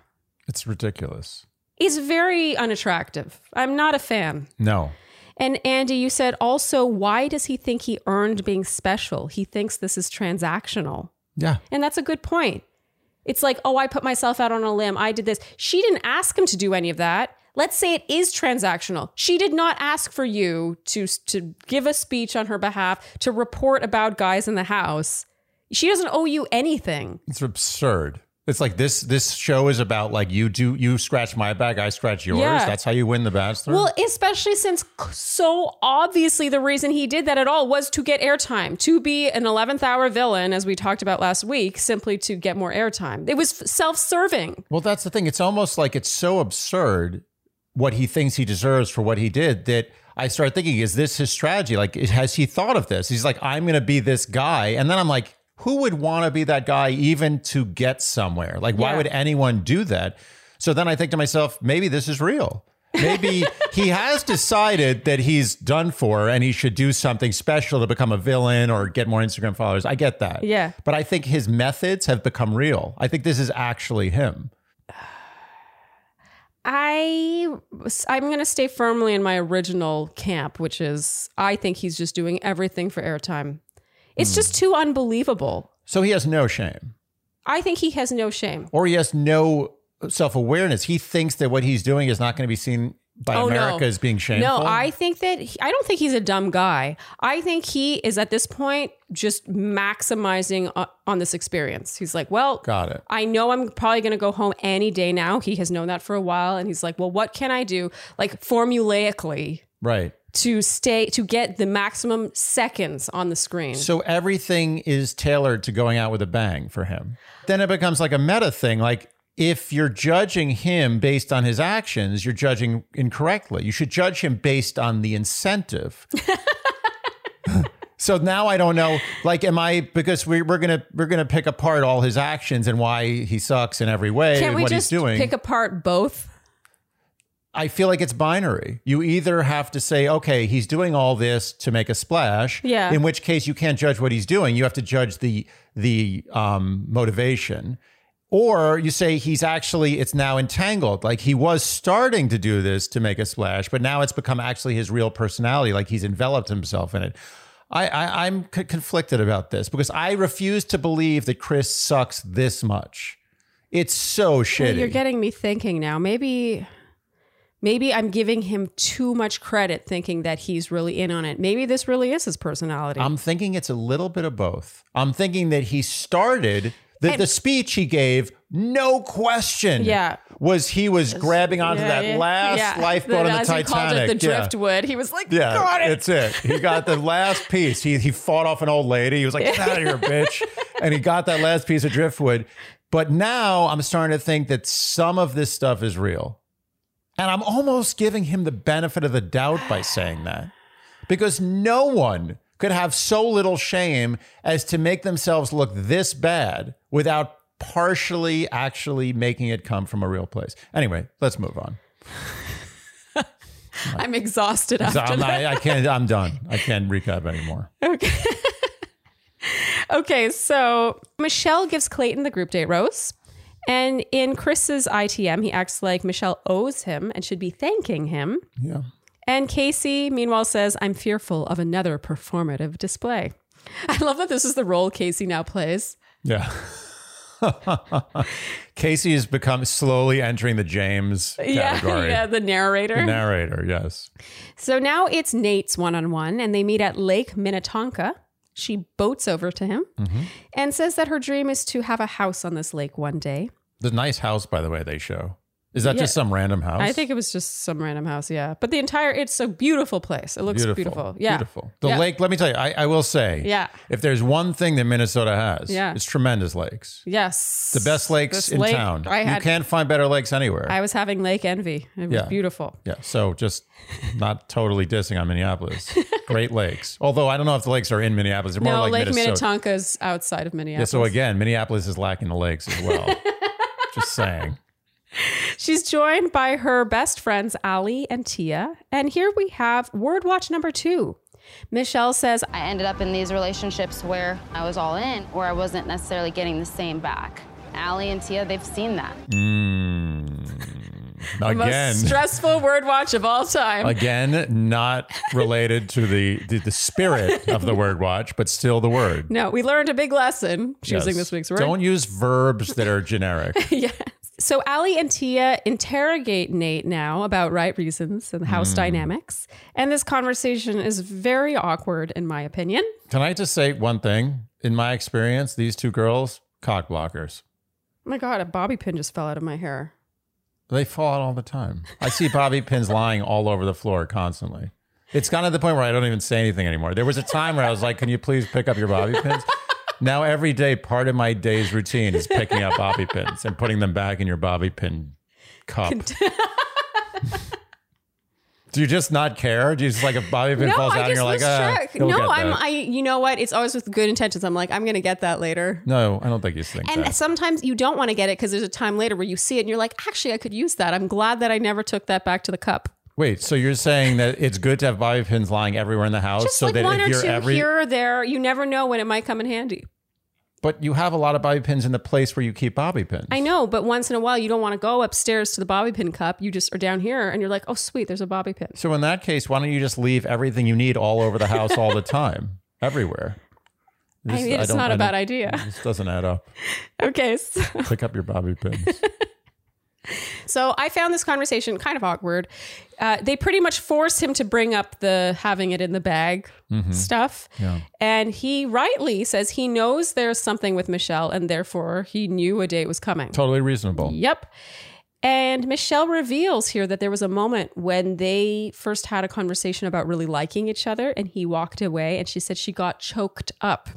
A: It's ridiculous.
B: He's very unattractive. I'm not a fan.
A: No.
B: And Andy, you said also, why does he think he earned being special? He thinks this is transactional.
A: Yeah.
B: And that's a good point. It's like, oh, I put myself out on a limb. I did this. She didn't ask him to do any of that. Let's say it is transactional. She did not ask for you to to give a speech on her behalf, to report about guys in the house. She doesn't owe you anything.
A: It's absurd. It's like this this show is about like you do you scratch my back, I scratch yours.
B: Yeah.
A: That's how you win the bachelor.
B: Well, especially since c- so obviously the reason he did that at all was to get airtime, to be an 11th hour villain, as we talked about last week, simply to get more airtime. It was self serving.
A: Well, that's the thing. It's almost like it's so absurd what he thinks he deserves for what he did that I start thinking, is this his strategy? Like, is- has he thought of this? He's like, I'm going to be this guy. And then I'm like, who would want to be that guy even to get somewhere? Like, why
B: Yeah.
A: would anyone do that? So then I think to myself, maybe this is real.
B: (laughs)
A: Maybe he has decided that he's done for and he should do something special to become a villain or get more Instagram followers. I get that.
B: Yeah.
A: But I think his methods have become real. I think this is actually him.
B: I I'm going to stay firmly in my original camp, which is I think he's just doing everything for airtime. It's
A: Hmm.
B: just too unbelievable.
A: So he has no shame
B: I think he has no shame.
A: or he has no self awareness. He thinks that what he's doing is not going to be seen by
B: Oh, no.
A: America as being shameful.
B: No, I think that he- I don't think he's a dumb guy. I think he is at this point just maximizing uh, on this experience. He's like, well,
A: got it.
B: I know I'm probably going to go home any day now. He has known that for a while, and he's like, well, what can I do, like formulaically,
A: Right.
B: to stay to get the maximum seconds on the screen?
A: So everything is tailored to going out with a bang for him. Then it becomes like a meta thing. Like if you're judging him based on his actions, you're judging incorrectly. You should judge him based on the incentive. (laughs) so now I don't know. Like, am I because we, we're gonna we're gonna pick apart all his actions and why he sucks in every way
B: Can't
A: and
B: we
A: what
B: just
A: he's doing.
B: pick apart both?
A: I feel like it's binary. You either have to say, okay, he's doing all this to make a splash.
B: Yeah.
A: In which case you can't judge what he's doing. You have to judge the the um, motivation. Or you say he's actually it's now entangled. Like he was starting to do this to make a splash, but now it's become actually his real personality. Like he's enveloped himself in it. I, I I'm c- conflicted about this because I refuse to believe that Chris sucks this much. It's so shitty.
B: You're getting me thinking now. Maybe maybe I'm giving him too much credit thinking that he's really in on it. Maybe this really is his personality.
A: I'm thinking it's a little bit of both. I'm thinking that he started that the speech he gave, no question,
B: Yeah.
A: was he was grabbing onto
B: Yeah,
A: that
B: yeah.
A: last
B: Yeah.
A: lifeboat on the
B: as he
A: Titanic.
B: called it, the
A: Yeah.
B: driftwood. He was like,
A: Yeah,
B: got it.
A: it's it. He got the last piece. He he fought off an old lady. He was like, "Get out of here, bitch!" And he got that last piece of driftwood. But now I'm starting to think that some of this stuff is real, and I'm almost giving him the benefit of the doubt by saying that, because no one could have so little shame as to make themselves look this bad without partially actually making it come from a real place. Anyway, let's move on.
B: I'm exhausted
A: So
B: after
A: I'm,
B: that.
A: I, I can't. I'm done. I can't recap anymore.
B: (laughs) Okay, so Michelle gives Clayton the group date rose. And in Chris's ITM, he acts like Michelle owes him and should be thanking him.
A: Yeah.
B: And Casey, meanwhile, says, I'm fearful of another performative display. (laughs) I love that this is the role Casey now plays.
A: Yeah. (laughs) Casey has become slowly entering the James
B: (laughs) Yeah,
A: category.
B: yeah, the narrator.
A: The narrator, yes.
B: so now it's Nate's one on one, and they meet at Lake Minnetonka. She boats over to him
A: Mm-hmm.
B: and says that her dream is to have a house on this lake one day.
A: The nice house, by the way, they show. Is that
B: Yeah.
A: just some random house?
B: I think it was just some random house, yeah. But the entire, it's a beautiful place. It looks beautiful. Yeah.
A: Beautiful. The
B: Yeah.
A: lake, let me tell you, I, I will say,
B: Yeah.
A: if there's one thing that Minnesota has,
B: Yeah.
A: it's tremendous lakes.
B: Yes.
A: The best lakes
B: This
A: in
B: lake-
A: town.
B: I, had,
A: you can't find better lakes anywhere.
B: I was having lake envy. It was
A: Yeah.
B: beautiful.
A: yeah, so just not totally dissing on
B: (laughs)
A: Minneapolis. Great lakes. Although I don't know if the lakes are in Minneapolis. They're more
B: no,
A: like
B: Lake
A: Minnesota.
B: Minnetonka is outside of
A: Yeah,
B: Minneapolis.
A: so again, Minneapolis is lacking the lakes as
B: (laughs)
A: well. Just saying.
B: She's joined by her best friends, Ali and Tia. And here we have word watch number two. Michelle says,
D: I ended up in these relationships where I was all in, where I wasn't necessarily getting the same back. Allie and Tia, they've seen that.
B: most
A: Again,
B: stressful word watch of all time.
A: again, not related to the, the the spirit of the word watch, but still the
B: (laughs)
A: word.
B: no, we learned a big lesson choosing
A: Yes.
B: this week's word.
A: Don't use verbs that are generic.
B: (laughs) yes. So Ali and Tia interrogate Nate now about right reasons and
A: Hmm.
B: house dynamics. And this conversation is very awkward, in my opinion. Oh
A: Can I just say one thing? in my experience, these two girls, cock blockers.
B: Oh my God, a bobby pin just fell out of my hair. (laughs)
A: They fall out all the time. I see bobby pins lying all over the floor constantly. It's gotten to the point where I don't even say anything anymore. There was a time where I was like, "Can you please pick up your bobby pins?" Now every day, part of my day's routine is picking up bobby pins and putting them back in your bobby pin cup. Do you just not care? Do you just like if bobby pin falls out and you're like,
B: lose
A: ah,
B: track.
A: you'll
B: no,
A: get
B: I'm.
A: that."
B: I. You know what? It's always with good intentions. I'm like, I'm gonna get that later.
A: no, I don't think you think
B: And
A: that.
B: sometimes you don't want to get it because there's a time later where you see it and you're like, actually, I could use that. I'm glad that I never took that back to the cup.
A: Wait, so you're saying that it's good to have bobby pins lying everywhere in the house,
B: Just
A: Oh, so
B: like
A: that
B: one
A: if
B: or
A: you're
B: two
A: every
B: here or there, you never know when it might come in handy.
A: but you have a lot of bobby pins in the place where you keep bobby pins.
B: I know, but once in a while, you don't want to go upstairs to the bobby pin cup. You just are down here and you're like, oh, sweet, there's a bobby pin.
A: So in that case, why don't you just leave everything you need all over the house all the time, (laughs) everywhere?
B: I mean, it's
A: don't-
B: not
A: don't-
B: a
A: Mm.
B: bad idea.
A: (laughs) This doesn't add up.
B: (laughs) Okay. So,
A: Pick up your bobby pins.
B: so I found this conversation kind of awkward. Uh, they pretty much forced him to bring up the having it in the bag
A: Mm-hmm.
B: stuff. (laughs)
A: Yeah.
B: And he rightly says he knows there's something with Michelle and therefore he knew a date was coming.
A: Totally reasonable.
B: Yep. And Michelle reveals here that there was a moment when they first had a conversation about really liking each other, and he walked away, and she said she got choked up.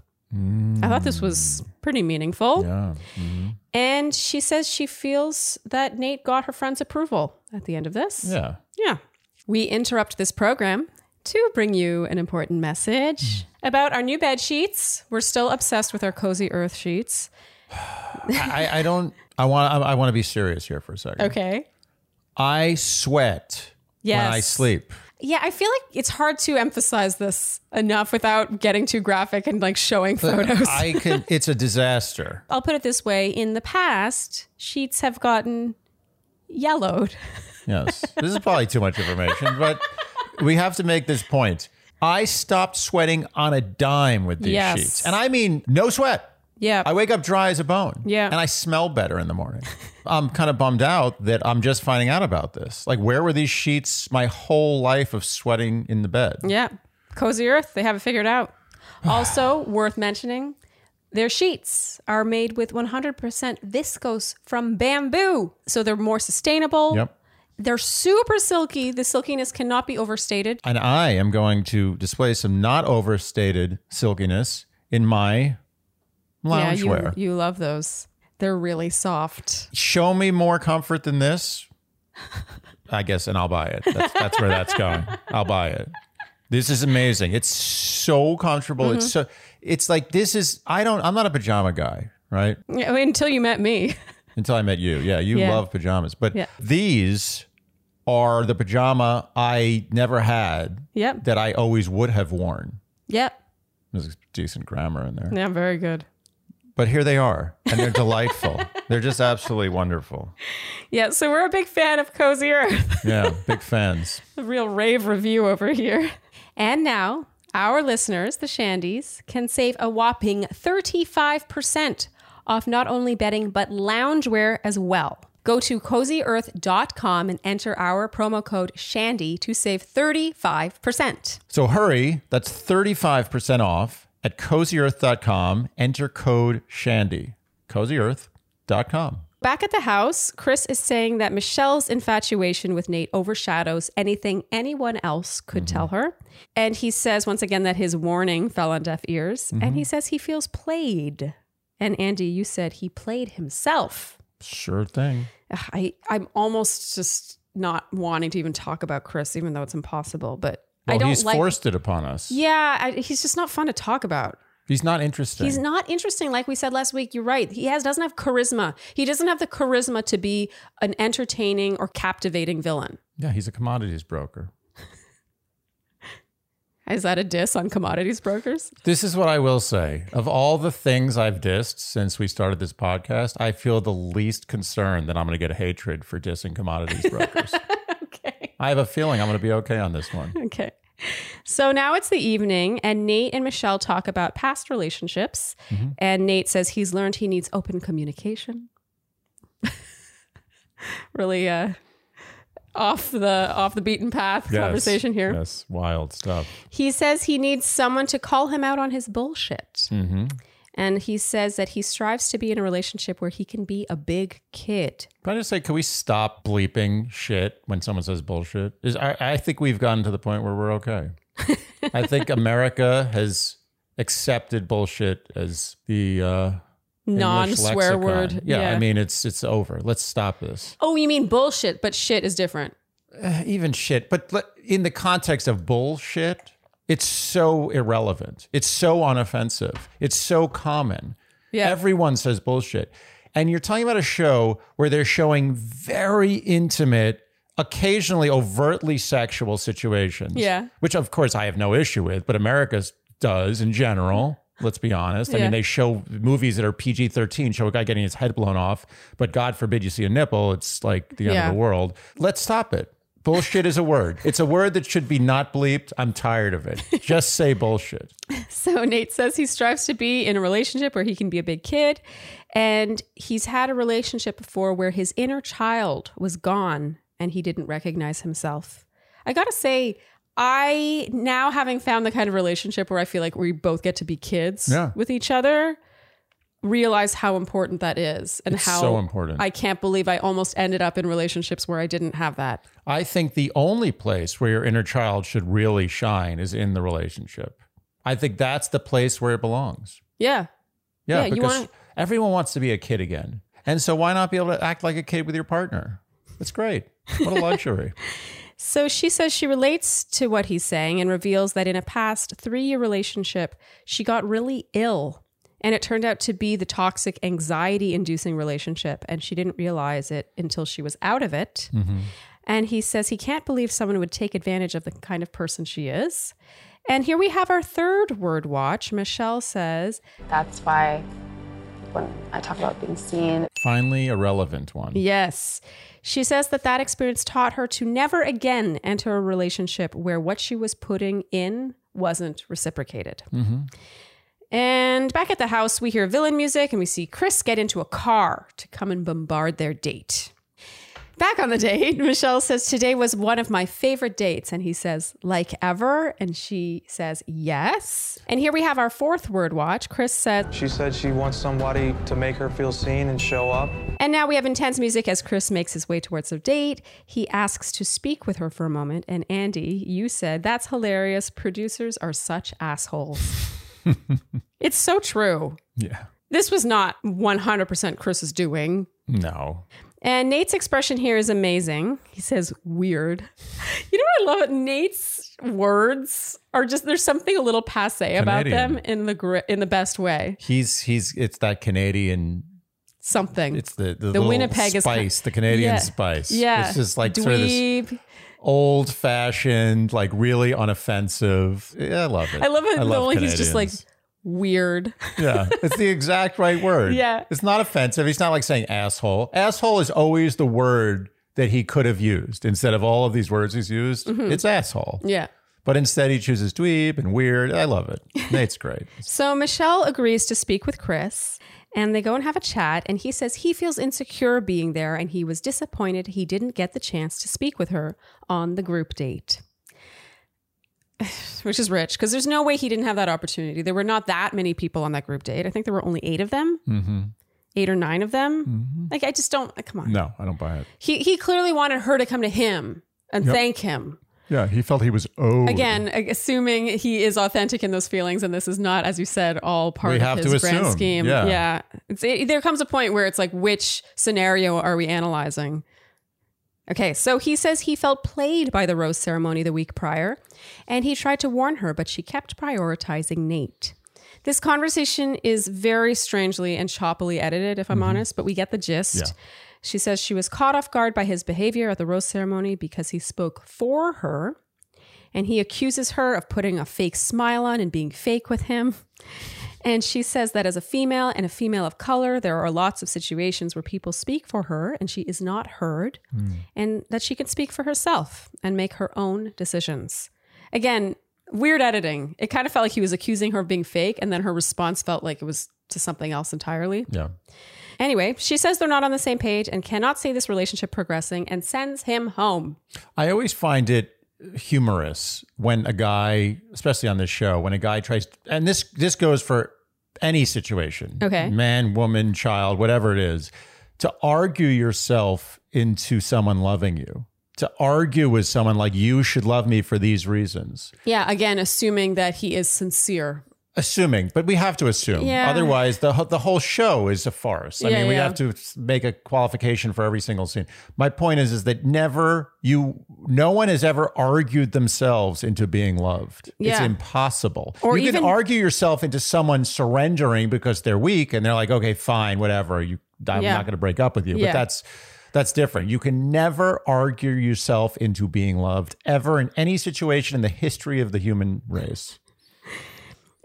B: I thought this was pretty meaningful.
A: Mm, Yeah. Mhm.
B: And she says she feels that Nate got her friend's approval at the end of this.
A: Yeah.
B: Yeah. We interrupt this program to bring you an important message about our new bed sheets. We're still obsessed with our cozy earth sheets.
A: I, I- I don't. I want. I, I want to be serious here for a second.
B: Okay.
A: I sweat
B: Yes.
A: when I sleep.
B: Yeah, I feel like it's hard to emphasize this enough without getting too graphic and like showing photos.
A: I can. It's a disaster.
B: I'll put it this way in the past, sheets have gotten yellowed.
A: Yes. This is probably too much information, but we have to make this point. I stopped sweating on a dime with these
B: Yes.
A: sheets, and I mean no sweat.
B: Yeah.
A: I wake up dry as a bone.
B: Yeah.
A: And I smell better in the morning. (laughs) I'm kind of bummed out that I'm just finding out about this. Like, where were these sheets my whole life of sweating in the bed?
B: yeah. Cozy Earth, they have it
A: (sighs)
B: figured out. Also, worth mentioning, their sheets are made with 100% viscose from bamboo. So they're more sustainable.
A: Yep.
B: They're super silky. The silkiness cannot be overstated.
A: And I am going to display some not overstated silkiness in my loungewear.
B: Yeah, you, you love those. They're really soft.
A: Show me more comfort than this, I guess, and I'll buy it. That's, that's where that's going. I'll buy it. This is amazing. It's so comfortable. It's
B: Mm-hmm.
A: so. It's like this is. I don't. I'm not a pajama guy, right?
B: Yeah, (laughs) until you met me.
A: Until I met you. Yeah, you
B: Yeah.
A: love pajamas. But
B: Yeah.
A: these are the pajama I never had
B: Yep.
A: that I always would have worn.
B: Yep.
A: There's decent grammar in there.
B: Yeah, very good.
A: But here they are, and they're (laughs) delightful. they're just absolutely wonderful.
B: Yeah, so we're a big fan of Cozy Earth. (laughs)
A: Yeah, big fans.
B: a real rave review over here. And now, our listeners, the Shandies, can save a whopping 35% off not only bedding, but loungewear as well. Go to cozyearth.com and enter our promo code SHANDY to save 35%.
A: So hurry, that's 35% off at cozyearth.com. Enter code Shandy. Cozyearth.com.
B: Back at the house, Chris is saying that Michelle's infatuation with Nate overshadows anything anyone else could
A: Mm-hmm.
B: tell her. And he says once again that his warning fell on deaf ears. And
A: Mm-hmm.
B: he says he feels played. And Andy, you said he played himself.
A: Sure thing.
B: Ugh, I, I'm almost just not wanting to even talk about Chris, even though it's impossible. But I
A: Well,
B: don't
A: he's
B: like.
A: forced it upon us.
B: yeah, I, he's just not fun to talk about.
A: He's not interesting.
B: He's not interesting, like we said last week. You're right. He has doesn't have charisma. He doesn't have the charisma to be an entertaining or captivating villain.
A: yeah, he's a commodities broker.
B: Is that a diss on commodities brokers? (laughs)
A: This is what I will say. Of all the things I've dissed since we started this podcast, I feel the least concerned that I'm going to get hatred for dissing commodities
B: (laughs)
A: brokers.
B: okay.
A: I have a feeling I'm going to be okay on this one.
B: Okay. So now it's the evening, and Nate and Michelle talk about past relationships. And Nate says he's learned he needs open communication. (laughs) really uh, off the off the beaten path conversation here.
A: Yes, wild stuff. Mm-hmm.
B: He says he needs someone to call him out on his bullshit. And he says that he strives to be in a relationship where he can be a big kid.
A: Can I just say, can we stop bleeping shit when someone says bullshit? Is I, I think we've gotten to the point where we're okay. I think America has accepted bullshit as the uh, English
B: Non swear
A: lexicon.
B: word.
A: Yeah, I mean it's it's over. Let's stop this.
B: oh, you mean bullshit, but shit is different.
A: Uh, even shit, but le- in the context of bullshit, it's so irrelevant. It's so unoffensive. It's so common.
B: Yeah.
A: Everyone says bullshit. And you're talking about a show where they're showing very intimate, occasionally overtly sexual situations.
B: Yeah.
A: Which, of course, I have no issue with, but America does in general. Let's be honest. I
B: Yeah.
A: mean, they show movies that are PG 13, show a guy getting his head blown off, but God forbid you see a nipple. It's like the end
B: Yeah.
A: of the world. Let's stop it. Bullshit is a word. It's a word that should be not bleeped. I'm tired of
B: (laughs)
A: it. Just say bullshit.
B: So Nate says he strives to be in a relationship where he can be a big kid. And he's had a relationship before where his inner child was gone and he didn't recognize himself. I gotta say, I now having found the kind of relationship where I feel like we both get to be kids
A: Yeah.
B: with each other, realize how important that is and
A: It's
B: how
A: so important.
B: I can't believe I almost ended up in relationships where I didn't have that.
A: I think the only place where your inner child should really shine is in the relationship. I think that's the place where it belongs.
B: Yeah.
A: Yeah,
B: Yeah, you
A: because
B: want-
A: everyone wants to be a kid again. And so why not be able to act like a kid with your partner? It's great. What
B: (laughs)
A: a luxury.
B: So she says she relates to what he's saying and reveals that in a past three year relationship, she got really ill. And it turned out to be the toxic, anxiety inducing relationship. And she didn't realize it until she was out of it.
A: Mm-hmm.
B: And he says he can't believe someone would take advantage of the kind of person she is. And here we have our third word watch. Michelle says,
D: That's why when I talk about being seen,
A: Finally, a relevant one.
B: Yes. She says that that experience taught her to never again enter a relationship where what she was putting in wasn't reciprocated. And back at the house, we hear villain music and we see Chris get into a car to come and bombard their date. Back on the date, (laughs) Michelle says, Today was one of my favorite dates. And he says, Like ever? And she says, Yes. And here we have our fourth word watch. Chris says,
E: She said she wants somebody to make her feel seen and show up.
B: And now we have intense music as Chris makes his way towards the date. He asks to speak with her for a moment. And Andy, you said, That's hilarious. Producers are such
A: (laughs)
B: assholes. it's so true.
A: Yeah.
B: This was not 100% Chris's doing.
A: No.
B: And Nate's expression here is amazing. He says, Weird. (laughs) You know what I love? Nate's words are just, there's something a little passe about
A: Canadian.
B: them in the, gri- in the best way.
A: He's he's it's that Canadian
B: Something.
A: it's the the, little
B: Winnipeg is kind-
A: spice, the Canadian
B: Yeah.
A: spice.
B: yeah.
A: It's just like
B: Dweeb.
A: sort of this old fashioned, like really unoffensive. Yeah, I love it.
B: I love it. the only he's just like
A: Canadians.
B: weird.
A: Yeah, it's the exact right word.
B: Yeah.
A: It's not offensive. He's not like saying asshole. Asshole is always the word that he could have used instead of all of these words he's used.
B: Mm-hmm.
A: It's asshole.
B: Yeah.
A: But instead, he chooses dweeb and weird. I love it. Nate's
B: (laughs)
A: great.
B: So Michelle agrees to speak with Chris and they go and have a chat and he says he feels insecure being there and he was disappointed he didn't get the chance to speak with her on the group date. (sighs) Which is rich because there's no way he didn't have that opportunity. There were not that many people on that group date. I think there were only eight of them,
A: Mm-hmm.
B: eight or nine of them. Like, I just don't, come on.
A: No, I don't buy it.
B: He, he clearly wanted her to come to him and
A: Yep.
B: thank him.
A: Yeah, he felt he was owed.
B: Again, a- assuming he is authentic in those feelings, and this is not, as you said, all part
A: We
B: of
A: have
B: his
A: to
B: grand
A: assume,
B: scheme.
A: yeah.
B: It's, it, there comes a point where it's like, which scenario are we analyzing? Okay, so he says he felt played by the rose ceremony the week prior, and he tried to warn her, but she kept prioritizing Nate. This conversation is very strangely and choppily edited, if I'm honest, but we get the gist.
A: Mm-hmm. Yeah.
B: She says she was caught off guard by his behavior at the rose ceremony because he spoke for her and he accuses her of putting a fake smile on and being fake with him. (laughs) And she says that as a female and a female of color, there are lots of situations where people speak for her and she is not heard, and that she can speak for herself and make her own decisions. Again, weird editing. It kind of felt like he was accusing her of being fake, and then her response felt like it was to something else entirely.
A: Yeah.
B: Anyway, she says they're not on the same page and cannot see this relationship progressing and sends him home.
A: I always find it humorous when a guy, especially on this show, when a guy tries, and this this goes for any situation,
B: Okay.
A: man, woman, child, whatever it is, to argue yourself into someone loving you, to argue with someone like you should love me for these reasons,
B: Yeah, again, assuming that he is sincere.
A: assuming, but we have to assume.
B: Yeah.
A: Otherwise, the ho- the whole show is a farce. I
B: Yeah,
A: mean, we
B: yeah.
A: have to make a qualification for every single scene. My point is, is that never you, no one has ever argued themselves into being loved. It's
B: Yeah.
A: impossible.
B: Or
A: you
B: even-
A: can argue yourself into someone surrendering because they're weak and they're like, okay, fine, whatever. You, I'm
B: Yeah.
A: not going to break up with you. But
B: Yeah.
A: that's. That's different. You can never argue yourself into being loved ever in any situation in the history of the human race.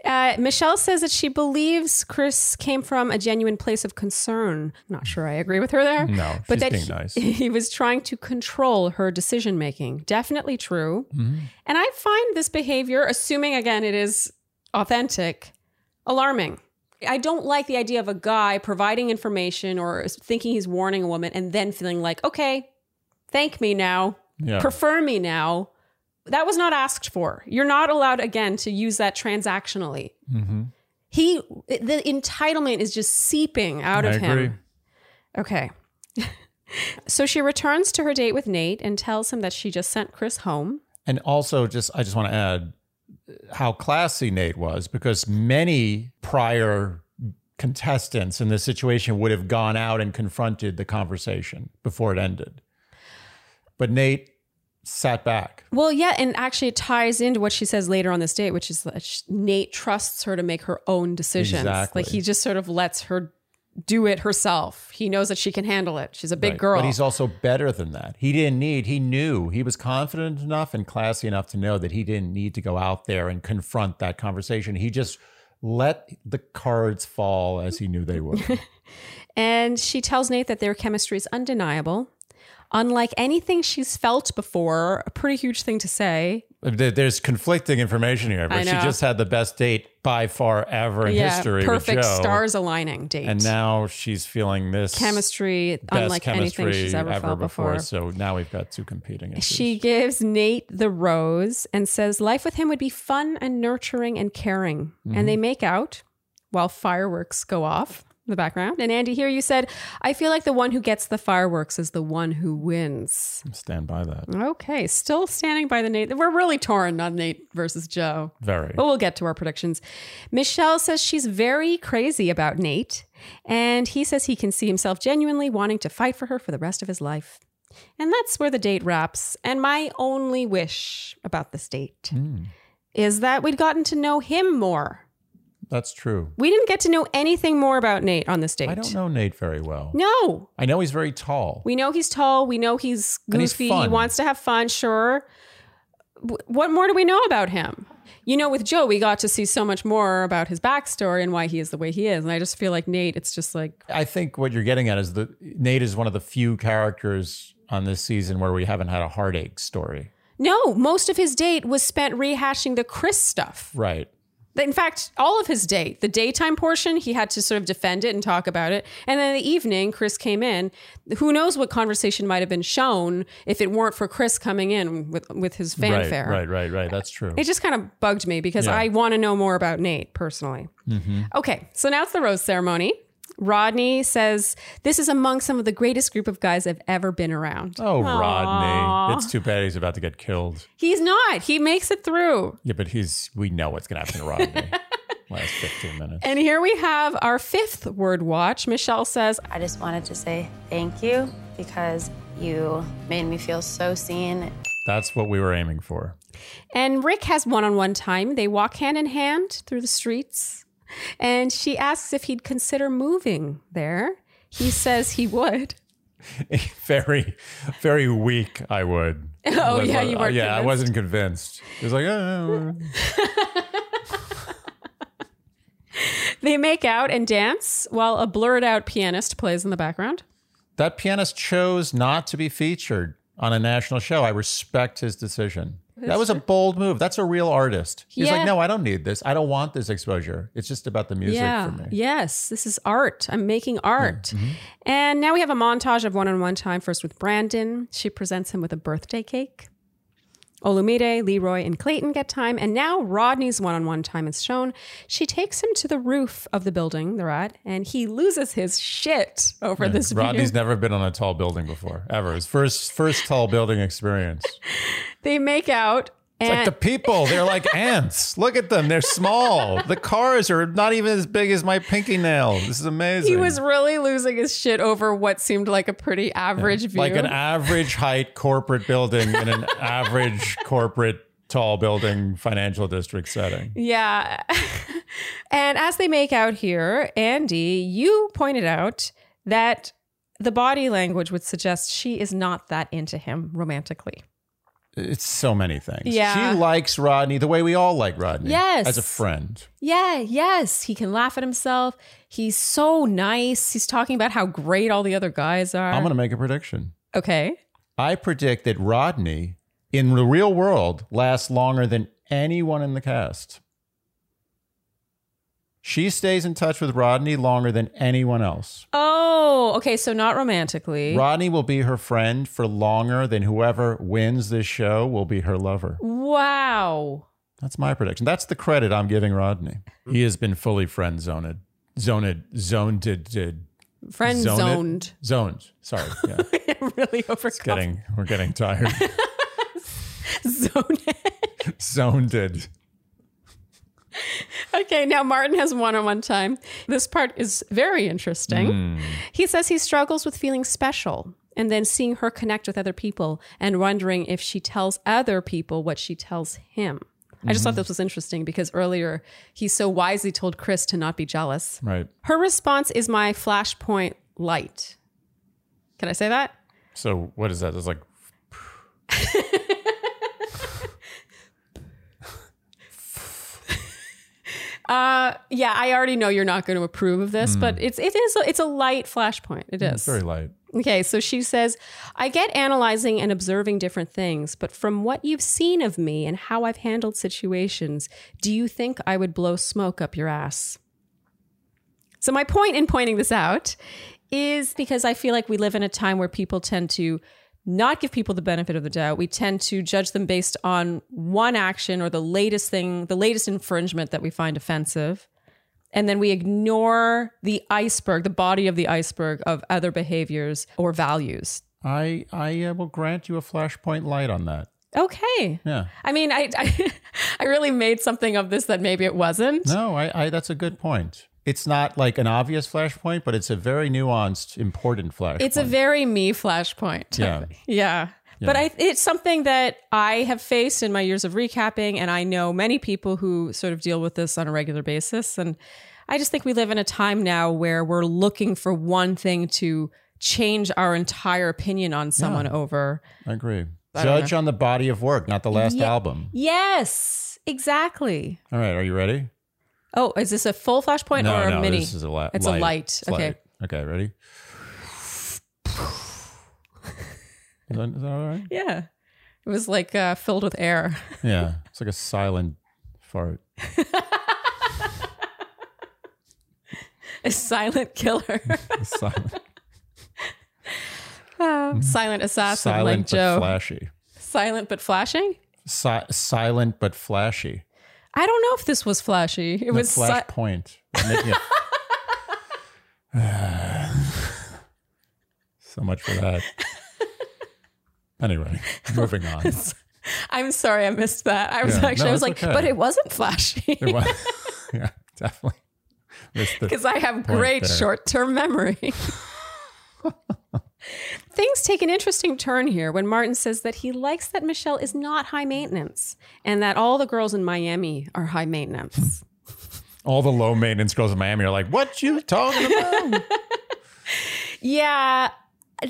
B: Uh, Michelle says that she believes Chris came from a genuine place of concern. Not sure I agree with her there.
A: No,
B: but
A: she's
B: that
A: Mm-hmm. being
B: he,
A: nice.
B: (laughs) he was trying to control her decision making. Definitely true.
A: Mm-hmm.
B: And I find this behavior, assuming again it is authentic, alarming. I don't like the idea of a guy providing information or thinking he's warning a woman and then feeling like, okay, thank me now,
A: Yeah.
B: prefer me now. That was not asked for. You're not allowed again to use that transactionally.
A: Mm-hmm.
B: He, the entitlement is just seeping out of
A: I agree.
B: him. Okay. (laughs) so she returns to her date with Nate and tells him that she just sent Chris home.
A: And also, just I just want to add how classy Nate was because many prior contestants in this situation would have gone out and confronted the conversation before it ended. But Nate sat back.
B: Well, yeah, and actually it ties into what she says later on this date, which is that sh- Nate trusts her to make her own decisions.
A: Exactly.
B: Like he just sort of lets her do it herself. He knows that she can handle it. She's a big
A: Right.
B: girl.
A: But he's also better than that. He didn't need, he knew, he was confident enough and classy enough to know that he didn't need to go out there and confront that conversation. He just let the cards fall as he knew they would.
B: And she tells Nate that their chemistry is undeniable. Unlike anything she's felt before, a pretty huge thing to say.
A: There- There's conflicting information here, but
B: I
A: she
B: know.
A: just had the best date by far ever in history
B: perfect
A: with Joe,
B: stars aligning date.
A: and now she's feeling this
B: chemistry
A: best
B: unlike
A: chemistry
B: anything she's ever, felt before.
A: So now we've got two competing issues.
B: She gives Nate the rose and says life with him would be fun and nurturing and caring.
A: Mm-hmm.
B: And they make out while fireworks go off in the background. And Andy, here you said, I feel like the one who gets the fireworks is the one who wins.
A: stand by that.
B: Okay, still standing by the Nate. We're really torn on Nate versus Joe,
A: Very.
B: but we'll get to our predictions. Michelle says she's very crazy about Nate, and he says he can see himself genuinely wanting to fight for her for the rest of his life. And that's where the date wraps. And my only wish about this date
A: Hmm.
B: is that we'd gotten to know him more.
A: That's true.
B: We didn't get to know anything more about Nate on this date.
A: I don't know Nate very well.
B: No,
A: I know he's very tall.
B: we know he's tall. We know he's
A: And he's
B: goofy. he
A: fun.
B: wants to have fun, sure. W- what more do we know about him? You know, with Joe, we got to see so much more about his backstory and why he is the way he is. And I just feel like Nate, it's just like,
A: I think what you're getting at is that Nate is one of the few characters on this season where we haven't had a heartache story.
B: no, most of his date was spent rehashing the Chris stuff.
A: Right.
B: In fact, all of his date, the daytime portion, he had to sort of defend it and talk about it. And then the evening, Chris came in. Who knows what conversation might have been shown if it weren't for Chris coming in with, with his fanfare.
A: Right, right, right, right. That's true.
B: It just kind of bugged me because
A: Yeah. Mm-hmm.
B: I want to know more about Nate personally. Okay, so now it's the rose ceremony. Rodney says, This is among some of the greatest group of guys I've ever been around.
A: Oh, Rodney. It's too bad he's about to get killed.
B: He's not. He makes it through.
A: Yeah, but he's we know what's gonna happen to
B: (laughs)
A: Rodney. Last fifteen minutes.
B: And here we have our fifth word watch. Michelle says,
D: I just wanted to say thank you because you made me feel so seen
A: That's what we were aiming for. (laughs)
B: And Rick has one on one time. They walk hand in hand through the streets. And she asks if he'd consider moving there. He says he would.
A: very, very weak. I would. Oh
B: yeah, you weren't
A: Yeah, I
B: convinced.
A: wasn't convinced. It was like, oh,
B: They make out and dance while a blurred out pianist plays in the background.
A: that pianist chose not to be featured on a national show. I respect his decision. that was a bold move. That's a real artist. He's
B: Yeah.
A: like, no, I don't need this. I don't want this exposure. It's just about the music
B: yeah.
A: for me. Mm-hmm.
B: Yes, this is art. I'm making art. And now we have a montage of one on one time, first with Brandon. She presents him with a birthday cake. Olumide, Leroy, and Clayton get time, and now Rodney's one on one time is shown. She takes him to the roof of the building they're at, and he loses his shit over this view.
A: Rodney's never been on a tall building before, ever. His first first tall building experience.
B: (laughs) they make out,
A: It's like
B: and
A: the people, they're
B: (laughs)
A: like ants. Look at them. They're small. The cars are not even as big as my pinky nail. This is amazing.
B: he was really losing his shit over what seemed like a pretty average view.
A: like an average height corporate building in
B: (laughs)
A: an average corporate tall building financial district setting.
B: Yeah. (laughs) and as they make out here, Andy, you pointed out that the body language would suggest she is not that into him romantically.
A: It's so many things.
B: Yeah.
A: She likes Rodney the way we all like Rodney.
B: Yes.
A: As a friend.
B: Yeah, yes, he can laugh at himself. He's so nice. He's talking about how great all the other guys are.
A: I'm going to make a prediction.
B: okay.
A: I predict that Rodney in the real world lasts longer than anyone in the cast. She stays in touch with Rodney longer than anyone else.
B: Oh, okay, so not romantically.
A: Rodney will be her friend for longer than whoever wins this show will be her lover.
B: wow.
A: That's my prediction. That's the credit I'm giving Rodney. He has been fully friend zoned. Zoned, zoned, zoned.
B: Friend zoned.
A: Zoned. (laughs) Sorry. Yeah.
B: I'm (laughs) really
A: It's
B: overcome.
A: getting, we're getting (laughs) tired.
B: Zoned.
A: zoned.
B: Okay, now Martin has one on one time. This part is very interesting. He says he struggles with feeling special and then seeing her connect with other people and wondering if she tells other people what she tells him. I just thought this was interesting because earlier he so wisely told Chris to not be jealous.
A: Right.
B: Her response is my flashpoint light. Can I say that?
A: So what is that? It's like
B: Yeah, I already know you're not going to approve of this, but it's it is a, it's a light flashpoint. It is.
A: it's very light.
B: Okay, so she says, I get analyzing and observing different things, but from what you've seen of me and how I've handled situations, do you think I would blow smoke up your ass? So, my point in pointing this out is because I feel like we live in a time where people tend to not give people the benefit of the doubt. We tend to judge them based on one action or the latest thing, the latest infringement that we find offensive and then we ignore the iceberg, the body of the iceberg of other behaviors or values.
A: I I uh, will grant you a flashpoint light on that.
B: Okay.
A: Yeah.
B: I mean, I, I (laughs) I really made something of this that maybe it wasn't.
A: No, I, I that's a good point. It's not like an obvious flashpoint, but it's a very nuanced, important flashpoint.
B: It's a very me flashpoint.
A: Yeah.
B: (laughs) Yeah. But I, it's something that I have faced in my years of recapping, and I know many people who sort of deal with this on a regular basis. And I just think we live in a time now where we're looking for one thing to change our entire opinion on someone over.
A: I agree. Judge on the body of work, not the last album.
B: Yes, exactly.
A: All right, are you ready?
B: Oh, is this a full flashpoint or a
A: no,
B: mini?
A: this is a la-
B: It's a
A: light.
B: light.
A: It's
B: Okay.
A: light. Okay, ready? Is that- is that all
B: (laughs)
A: right?
B: Yeah. It was like uh, filled with air. (laughs)
A: Yeah. It's like a silent fart.
B: a silent killer,
A: A
B: (laughs)
A: silent,
B: Um, silent assassin
A: silent
B: like
A: but
B: Joe.
A: flashy.
B: silent but flashing.
A: Si- silent but flashy.
B: I don't know if this was flashy. It
A: The
B: was. si- (laughs)
A: flashpoint. Making it- (sighs) so much for that. Anyway, moving
B: (laughs)
A: on. It
B: I'm sorry, I missed that. I was
A: Yeah.
B: actually,
A: No,
B: I was like,
A: it's okay.
B: but it wasn't flashy (laughs)
A: wa- (laughs) yeah, definitely. Missed the-
B: because I have great
A: there.
B: short term memory. (laughs) Things take an interesting turn here when Martin says that he likes that Michelle is not high maintenance and that all the girls in Miami are high maintenance.
A: all the low maintenance girls in Miami are like, "What you talking
B: (laughs)
A: about?"
B: Yeah,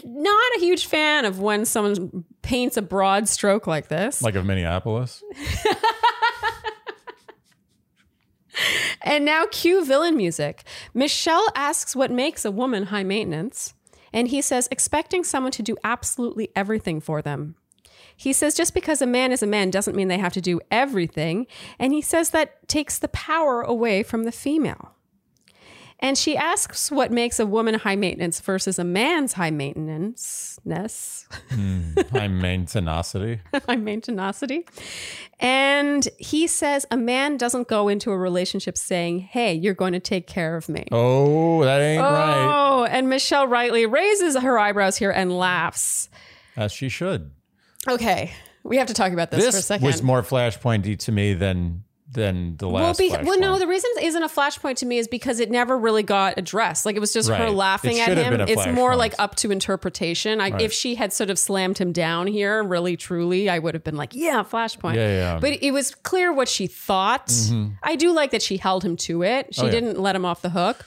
B: not a huge fan of when someone paints a broad stroke like this.
A: like of Minneapolis.
B: and now cue villain music. Michelle asks what makes a woman high maintenance, and he says expecting someone to do absolutely everything for them. He says just because a man is a man doesn't mean they have to do everything, and he says that takes the power away from the female. And she asks what makes a woman high maintenance versus a man's high maintenance ness,
A: High maintenancity.
B: (laughs) high maintenancity. And he says a man doesn't go into a relationship saying, Hey, you're going to take care of me.
A: Oh, that ain't right.
B: Oh, and Michelle Rightly raises her eyebrows here and laughs.
A: As she should.
B: Okay, we have to talk about this, for a
A: This
B: second.
A: was more flashpointy to me than than the
B: well,
A: last.
B: be, well, no,
A: Flashpoint.
B: the reason it isn't a flashpoint to me is because it never really got addressed. Like it was just her
A: Right.
B: laughing
A: It
B: at
A: should have
B: him.
A: been a
B: It's more
A: flashpoint.
B: like up to interpretation. I, If she had sort of slammed him down here, really truly, I would have been like, yeah, flashpoint.
A: Yeah, yeah. Mm-hmm.
B: But it was clear what she thought. I do like that she held him to it. She
A: Oh, yeah.
B: didn't let him off the hook.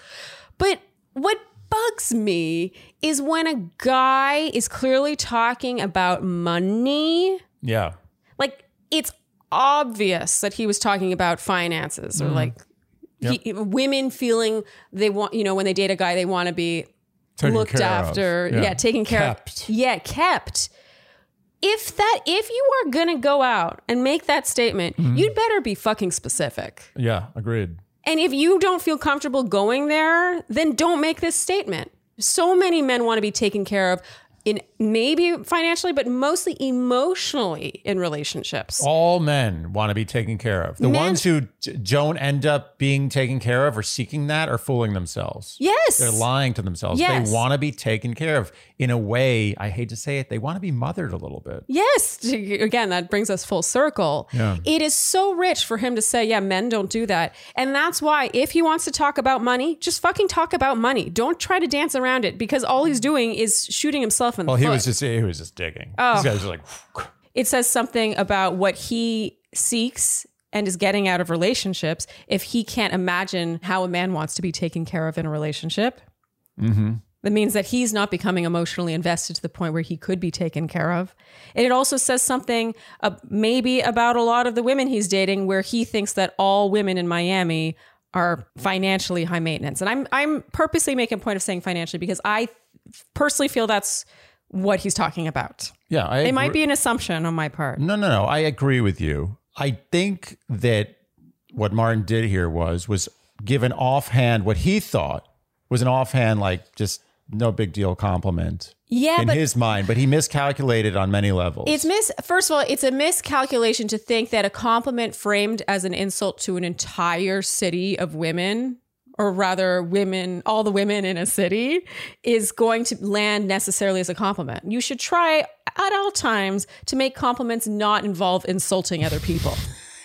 B: But what bugs me is when a guy is clearly talking about money
A: yeah.
B: like it's obvious that he was talking about finances
A: Mm-hmm.
B: or like he, women feeling they want you know when they date a guy they want to be
A: Taken
B: looked
A: care of.
B: after yeah. taken care
A: Kept.
B: of yeah kept if that if you are gonna go out and make that statement
A: Mm-hmm.
B: you'd better be fucking specific
A: Yeah, agreed.
B: and if you don't feel comfortable going there then don't make this statement so many men want to be taken care of in maybe financially but mostly emotionally in relationships
A: All men want to be taken care of. The
B: Men-
A: ones who d- don't end up being taken care of or seeking that are fooling themselves.
B: Yes.
A: They're lying to themselves.
B: Yes.
A: They want to be taken care of. In a way, I hate to say it, they want to be mothered a little bit.
B: Yes. Again, that brings us full circle.
A: Yeah.
B: It is so rich for him to say, yeah, men don't do that. And that's why if he wants to talk about money, just fucking talk about money. Don't try to dance around it because all he's doing is shooting himself in the
A: Well, he
B: foot.
A: was just he was just digging. Oh. This guy was like,
B: it says something about what he seeks and is getting out of relationships if he can't imagine how a man wants to be taken care of in a relationship. Mm-hmm. That means that he's not becoming emotionally invested to the point where he could be taken care of. And it also says something uh, maybe about a lot of the women he's dating where he thinks that all women in Miami are financially high maintenance. And I'm I'm purposely making a point of saying financially because I personally feel that's what he's talking about.
A: yeah, I
B: It might be an assumption on my part.
A: No, no, no. I agree with you. I think that what Martin did here was was give an offhand what he thought was an offhand like just no big deal compliment
B: Yeah,
A: in
B: but
A: his mind, but he miscalculated on many levels.
B: it's mis first of all, it's a miscalculation to think that a compliment framed as an insult to an entire city of women or rather women all the women in a city is going to land necessarily as a compliment. You should try at all times to make compliments not involve insulting other
A: (laughs)
B: people.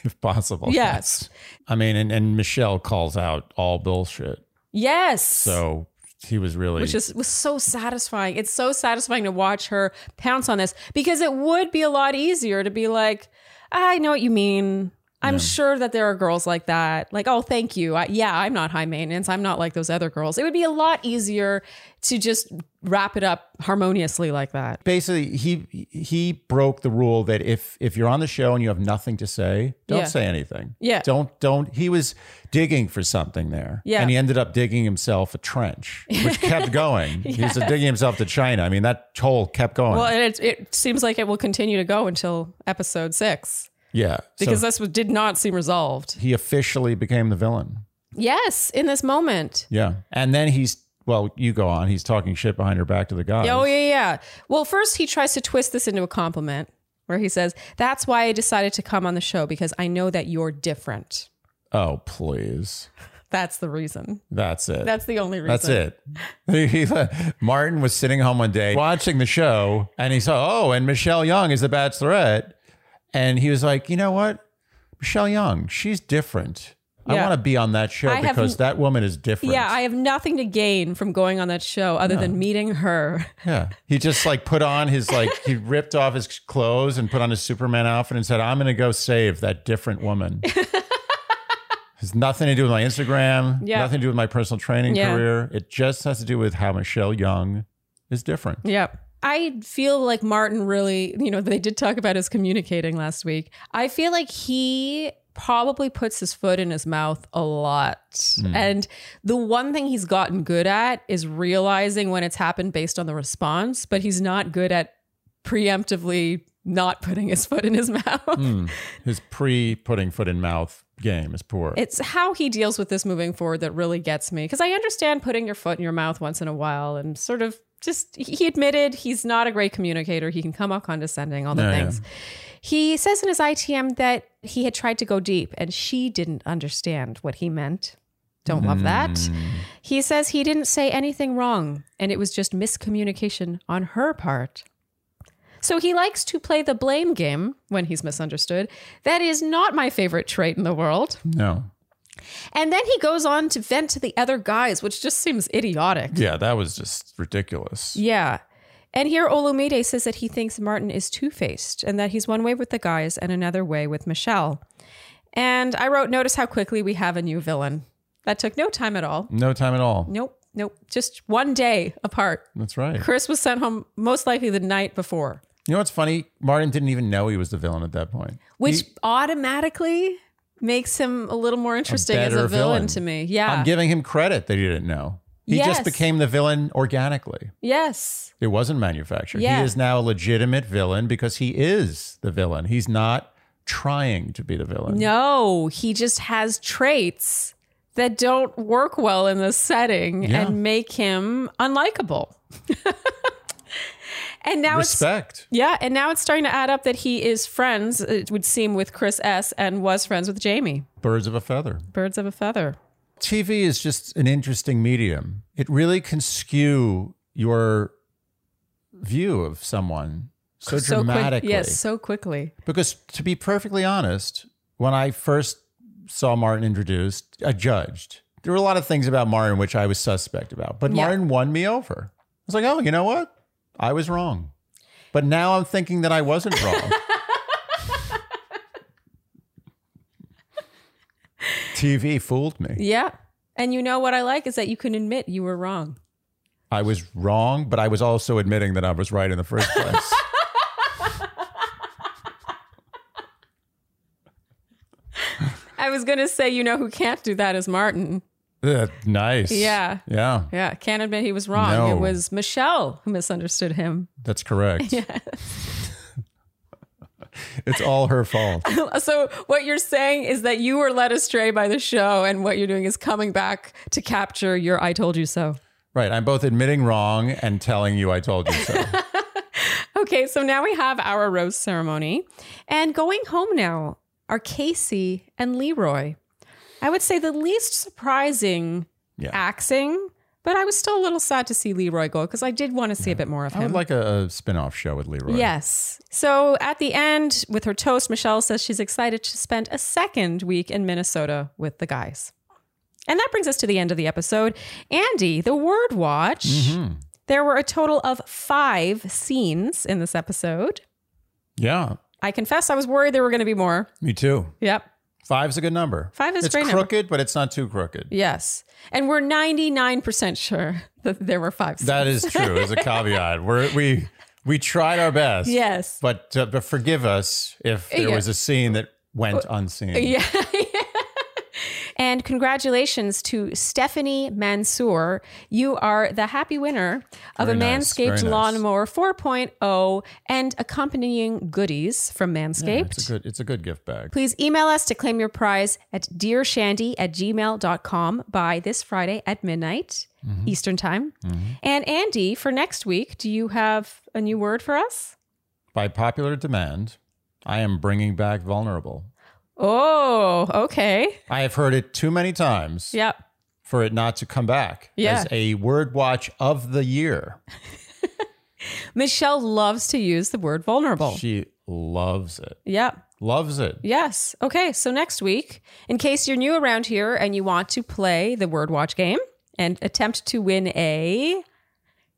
A: if possible.
B: Yes.
A: I mean, and, and Michelle calls out all bullshit.
B: Yes.
A: So he was really
B: which is was so satisfying. It's so satisfying to watch her pounce on this because it would be a lot easier to be like, "Ah, I know what you mean. I'm sure that there are girls like that. Like, oh, thank you. I, yeah, I'm not high maintenance. I'm not like those other girls. It would be a lot easier to just wrap it up harmoniously like that.
A: basically he he broke the rule that if if you're on the show and you have nothing to say, don't
B: Yeah.
A: say anything.
B: Yeah.
A: Don't don't he was digging for something there.
B: Yeah.
A: And he ended up digging himself a
B: (laughs)
A: trench, which kept going. He was digging himself to China. I mean, that hole kept going.
B: Well, and it, it seems like it will continue to go until episode six
A: yeah.
B: because
A: so
B: this was- did not seem resolved.
A: he officially became the villain.
B: Yes, in this moment.
A: Yeah. And then he's well, you go on. He's talking shit behind her back to the guys.
B: Oh, yeah, yeah. Well, first he tries to twist this into a compliment where he says, That's why I decided to come on the show because I know that you're different.
A: Oh, please.
B: That's the reason.
A: That's it.
B: That's the only reason.
A: That's it. He- he- (laughs) Martin was sitting home one day watching the show and he saw, oh, and Michelle Young is the bachelorette. And he was like, you know what? Michelle Young, she's different. I
B: Yeah.
A: want to be on that show
B: I have
A: because
B: n-
A: that woman is different.
B: Yeah, I have nothing to gain from going on that show other than meeting her.
A: yeah. He just like put on his, like,
B: (laughs)
A: he ripped off his clothes and put on his Superman outfit and said, I'm going to go save that different
B: (laughs)
A: woman. Has nothing to do with my Instagram,
B: Yeah.
A: nothing to do with my personal training
B: Yeah.
A: career. It just has to do with how Michelle Young is different.
B: Yep. I feel like Martin really, you know, they did talk about his communicating last week. I feel like he probably puts his foot in his mouth a lot. And the one thing he's gotten good at is realizing when it's happened based on the response, but he's not good at preemptively not putting his (laughs) foot in his mouth.
A: (laughs) his pre putting foot in mouth game is poor.
B: It's how he deals with this moving forward that really gets me. Because I understand putting your foot in your mouth once in a while and sort of just, he admitted he's not a great communicator. He can come off condescending, all the
A: Yeah, yeah.
B: things. He says in his ITM that he had tried to go deep and she didn't understand what he meant. Don't love that.
A: Mm.
B: He says he didn't say anything wrong and it was just miscommunication on her part. So he likes to play the blame game when he's misunderstood. That is not my favorite trait in the world.
A: no.
B: And then he goes on to vent to the other guys, which just seems idiotic.
A: Yeah, that was just ridiculous.
B: Yeah. And here Olumide says that he thinks Martin is two faced and that he's one way with the guys and another way with Michelle. And I wrote, notice how quickly we have a new villain. That took no time at all.
A: No time at all.
B: Nope, nope. Just one day apart.
A: That's right.
B: Chris was sent home most likely the night before,
A: You know what's funny? Martin didn't even know he was the villain at that point.
B: which
A: He-
B: automatically makes him a little more interesting as
A: better
B: a villain,
A: villain.
B: to me. Yeah.
A: I'm giving him credit that he didn't know. He
B: Yes.
A: just became the villain organically.
B: yes.
A: It wasn't manufactured.
B: Yeah.
A: He is now a legitimate villain because he is the villain. He's not trying to be the villain.
B: No, he just has traits that don't work well in this setting
A: Yeah.
B: and make him unlikable. (laughs) and now it's
A: Respect.
B: yeah, and now it's starting to add up that he is friends, it would seem, with Chris S. and was friends with Jamie.
A: Birds of a feather.
B: Birds of a feather.
A: TV is just an interesting medium. It really can skew your view of someone so,
B: quick-
A: dramatically.
B: yes, so quickly.
A: Because to be perfectly honest, when I first saw Martin introduced, I judged. There were a lot of things about Martin which I was suspect about, but
B: Yeah.
A: Martin won me over. I was like, oh, you know what? I was wrong. But now I'm thinking that I wasn't
B: (laughs)
A: wrong. TV fooled me.
B: Yeah. And you know what I like is that you can admit you were wrong.
A: I was wrong, but I was also admitting that I was right in the first
B: (laughs)
A: place.
B: I was going to say, you know who can't do that is Martin.
A: Yeah, nice.
B: Yeah.
A: Yeah,
B: Yeah, can't admit he was wrong.
A: No.
B: It was Michelle who misunderstood him.
A: that's correct.
B: (laughs)
A: (laughs) it's all her fault.
B: (laughs) So what you're saying is that you were led astray by the show, and what you're doing is coming back to capture your "I told you so."
A: Right. I'm both admitting wrong and telling you I told you
B: (laughs)
A: so.
B: Okay, so now we have our rose ceremony, and going home now are Casey and Leroy. I would say the least surprising
A: Yeah.
B: axing, but I was still a little sad to see Leroy go because I did want to see a bit more of
A: I
B: him.
A: would like a, a spin off show with Leroy.
B: Yes. So at the end, with her toast, Michelle says she's excited to spend a second week in Minnesota with the guys. And that brings us to the end of the episode. Andy, the word watch. There were a total of five scenes in this episode.
A: Yeah.
B: I confess I was worried there were going to be more.
A: Me too.
B: Yep.
A: Five's a good number.
B: Five is a
A: it's
B: great number.
A: crooked, but it's not too crooked.
B: Yes. And we're 99% sure (laughs) that there were five scenes.
A: That is true. As a caveat, We're, we we tried our best.
B: Yes.
A: But uh, but forgive us if there
B: Yeah. Oh,
A: was a scene that went unseen.
B: Yeah. (laughs) and congratulations to Stephanie Mansour. You are the happy winner of
A: Very
B: a
A: nice,
B: Manscaped
A: very nice.
B: Lawnmower 4.0 and accompanying goodies from Manscaped.
A: It's a good. It's a good gift bag.
B: Please email us to claim your prize at dearshandy at gmail.com by this Friday at midnight
A: Mm-hmm.
B: Eastern Time. And Andy, for next week, do you have a new word for us?
A: By popular demand, I am bringing back vulnerable.
B: Oh, okay.
A: I have heard it too many times.
B: Yep.
A: for it not to come back
B: Yeah.
A: as a word watch of the year.
B: Michelle loves to use the word vulnerable.
A: She loves it.
B: Yep.
A: Loves it.
B: Yes. Okay. So next week, in case you're new around here and you want to play the word watch game and attempt to win a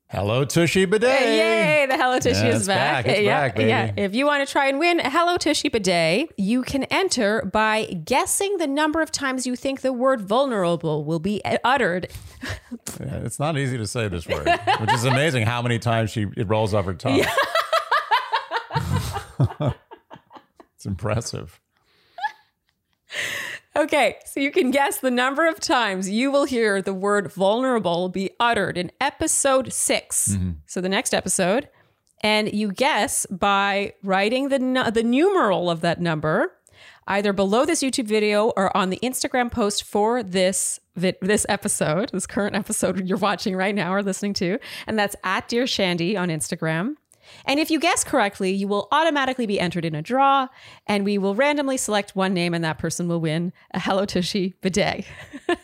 A: Hello, Tushy Bidet.
B: yay, the Hello Tushy
A: Yeah,
B: is
A: it's
B: back.
A: back. It's
B: yeah,
A: back, baby.
B: yeah. If you want to try and win a Hello Tushy bidet, you can enter by guessing the number of times you think the word vulnerable will be uh, uttered.
A: Yeah, it's not easy to say this word, which is amazing how many times she it rolls off her tongue. (laughs) it's impressive.
B: Okay, so you can guess the number of times you will hear the word vulnerable be uttered in episode 6
A: Mm-hmm.
B: So the next episode. And you guess by writing the, nu- the numeral of that number either below this YouTube video or on the Instagram post for this vi- this episode, this current episode you're watching right now or listening to, and that's at Dear Shandy on Instagram. And if you guess correctly, you will automatically be entered in a draw, and we will randomly select one name, and that person will win a Hello Tushy bidet. (laughs)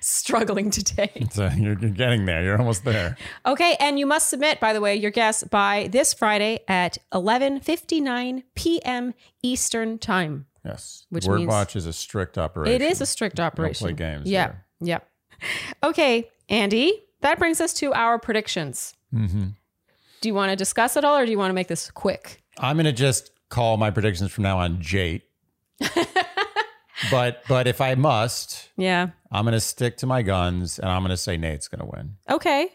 B: Struggling today.
A: So you're, you're getting there. You're almost there.
B: Okay, and you must submit, by the way, your guess by this Friday at 11:59 p.m. Eastern Time.
A: Yes.
B: Which
A: Word
B: means-
A: watch is a strict operation.
B: It is a strict operation.
A: play games
B: Yeah.
A: there.
B: Yeah. (laughs) Okay, Andy, that brings us to our predictions.
A: Mhm.
B: Do you want to discuss it all, or do you want to make this quick?
A: I'm gonna just call my predictions from now on
B: (laughs)
A: Jate. but but if I must,
B: Yeah.
A: I'm gonna stick to my guns and I'm gonna say Nate's gonna win.
B: Okay.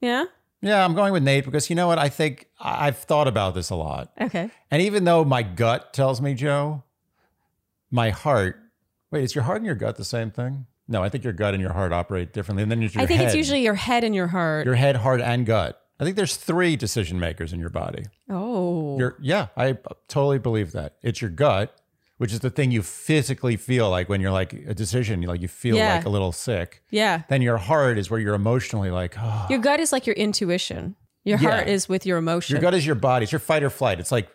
B: Yeah.
A: Yeah, I'm going with Nate because you know what? I think I- I've thought about this a lot.
B: Okay.
A: And even though my gut tells me, Joe, my heart wait, is your heart and your gut the same thing? No, I think your gut and your heart operate differently. And then it's your
B: I think it's
A: head.
B: usually your head and your heart.
A: your head, heart, and gut. I think there's three decision makers in your body.
B: oh.
A: Your yeah, I totally believe that. It's your gut, which is the thing you physically feel like when you're like a decision, you like you feel
B: Yeah.
A: like a little sick.
B: yeah.
A: Then your heart is where you're emotionally like, oh.
B: Your gut is like your intuition. Your
A: Yeah.
B: heart is with your emotion.
A: your gut is your body. It's your fight or flight. It's like,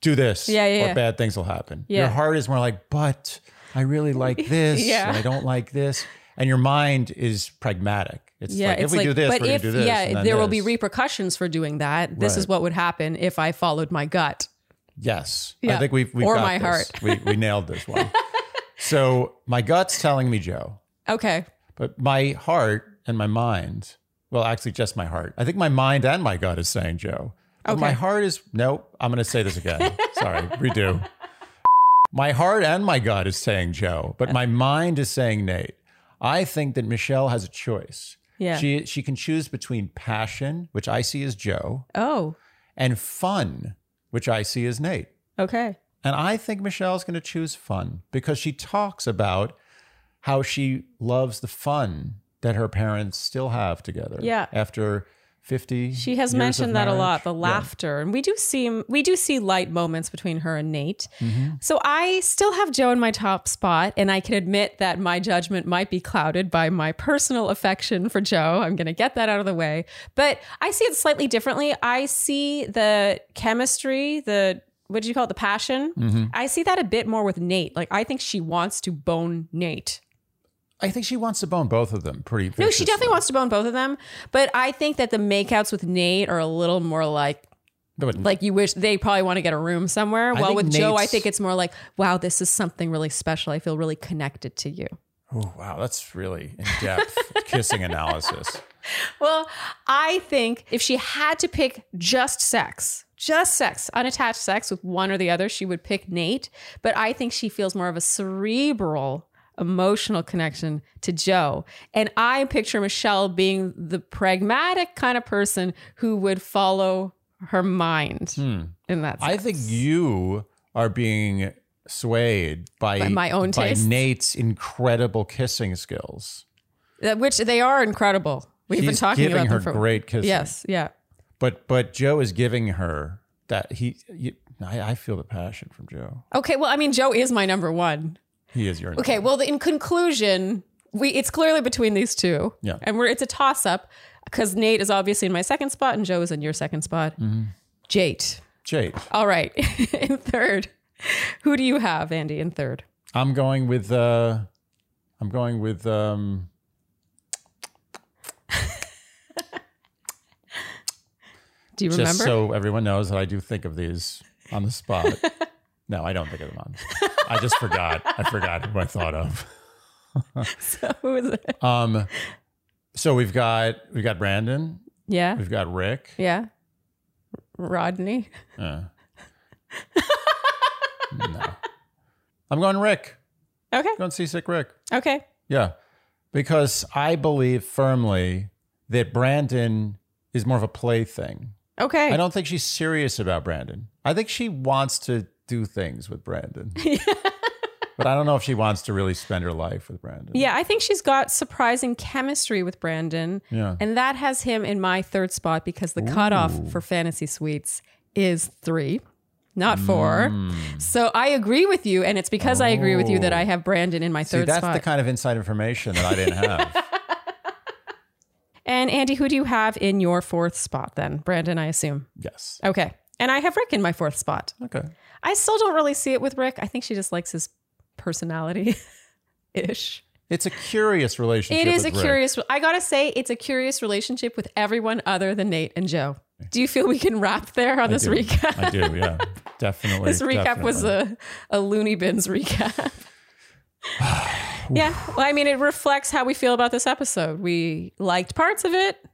A: do this,
B: Yeah, yeah,
A: or
B: yeah.
A: bad things will happen.
B: Yeah.
A: Your heart is more like, but I
B: (laughs)
A: really like this,
B: Yeah.
A: and I don't like this. And your mind is pragmatic. It's like if we do this, we're
B: but
A: gonna
B: if
A: do this. and
B: yeah,
A: then
B: there will be
A: this.
B: repercussions for doing that. This is
A: Right.
B: what would happen if I followed my gut.
A: Yes.
B: Yeah.
A: I think we've, we've
B: Or
A: got
B: my
A: this. we, we nailed this one.
B: (laughs)
A: so my gut's telling me Joe,
B: Okay,
A: but my heart and my mind, well, actually just my heart. I think my mind and my gut is saying Joe. But My
B: Okay.
A: heart is, nope, I'm going to say this
B: (laughs)
A: again. Sorry, redo. My heart and my gut is saying Joe, but my mind is saying Nate. I think that Michelle has a choice.
B: yeah.
A: She, she can choose between passion, which I see as Joe,
B: oh,
A: and fun, which I see as Nate.
B: okay.
A: And I think Michelle's going to choose fun because she talks about how she loves the fun that her parents still have together.
B: Yeah.
A: After 50
B: She
A: years
B: has
A: of
B: mentioned that a lot,
A: marriage.
B: the
A: Yeah.
B: laughter, and we do see we do see light moments between her and Nate.
A: Mm-hmm.
B: So I still have Joe in my top spot, and I can admit that my judgment might be clouded by my personal affection for Joe. I'm going to get that out of the way, but I see it slightly differently. I see the chemistry, the what did you call it, the passion.
A: Mm-hmm.
B: I see that a bit more with Nate. Like I think she wants to bone Nate.
A: I think she wants to bone both of them pretty
B: No, she definitely wants to bone both of them, but I think that the makeouts with Nate are a little more like like you wish they probably want to get a room somewhere.
A: I
B: Well,
A: think
B: with Joe, I
A: Nate's-
B: think it's more like, wow, this is something really special. I feel really connected to you.
A: oh, wow. That's really in
B: (laughs)
A: depth kissing analysis.
B: Well, I think if she had to pick just sex, just sex, unattached sex with one or the other, she would pick Nate. But I think she feels more of a cerebral, emotional connection to Joe. And I picture Michelle being the pragmatic kind of person who would follow her mind in that sense.
A: Hmm. I think you are being swayed by,
B: By my own
A: by
B: tastes?
A: Nate's incredible kissing skills.
B: Uh, which they are incredible. We've been
A: He's
B: talking
A: giving
B: about
A: her
B: them for
A: great kissing.
B: Yes, yeah.
A: But but Joe is giving her that he. You, I, I feel the passion from Joe.
B: Okay, well, I mean, Joe is my number one.
A: He is your
B: Okay, well, the- in conclusion, we it's clearly between these two.
A: Yeah.
B: and we're it's a toss up because Nate is obviously in my second spot and Joe is in your second spot.
A: Mm-hmm.
B: Jate.
A: Jake.
B: All right, (laughs) in third. Who do you have, Andy? In third.
A: I'm going with. Uh, I'm going with. Um,
B: Do you
A: just
B: remember?
A: so everyone knows that I do think of these on the
B: (laughs)
A: spot. no, I don't think of them on. I just forgot. I forgot who I thought of.
B: (laughs) So who is it?
A: Um, so we've got we've got Brandon.
B: Yeah,
A: We've got Rick.
B: yeah. Rodney. (laughs)
A: Uh, no, I'm going Rick.
B: Okay,
A: Going seasick Rick.
B: okay.
A: Yeah. Because I believe firmly that Brandon is more of a plaything.
B: Okay.
A: I don't think she's serious about Brandon. I think she wants to do things with
B: (laughs)
A: Brandon. but I don't know if she wants to really spend her life with Brandon.
B: Yeah, I think she's got surprising chemistry with Brandon.
A: Yeah.
B: And that has him in my third spot because the cutoff for fantasy suites is three. not four.
A: Mm.
B: So I agree with you, and it's because I agree with you that I have Brandon in my
A: Oh. See,
B: third
A: that's
B: spot.
A: the kind of inside information that I didn't have.
B: (laughs) and Andy, who do you have in your fourth spot then? Brandon, I assume.
A: yes.
B: Okay. And I have Rick in my fourth spot.
A: Okay.
B: I still don't really see it with Rick. I think she just likes his personality (laughs) ish.
A: It's a curious relationship.
B: It is a
A: with Rick.
B: curious, I gotta say, it's a curious relationship with everyone other than Nate and Joe. Do you feel we can wrap there on
A: I
B: (laughs) this
A: do.
B: recap?
A: I do. Yeah. Definitely.
B: This recap was
A: definitely.
B: a, a loony bins recap. (sighs)
A: (sighs)
B: yeah. Well, I mean, it reflects how we feel about this episode. We liked parts of it.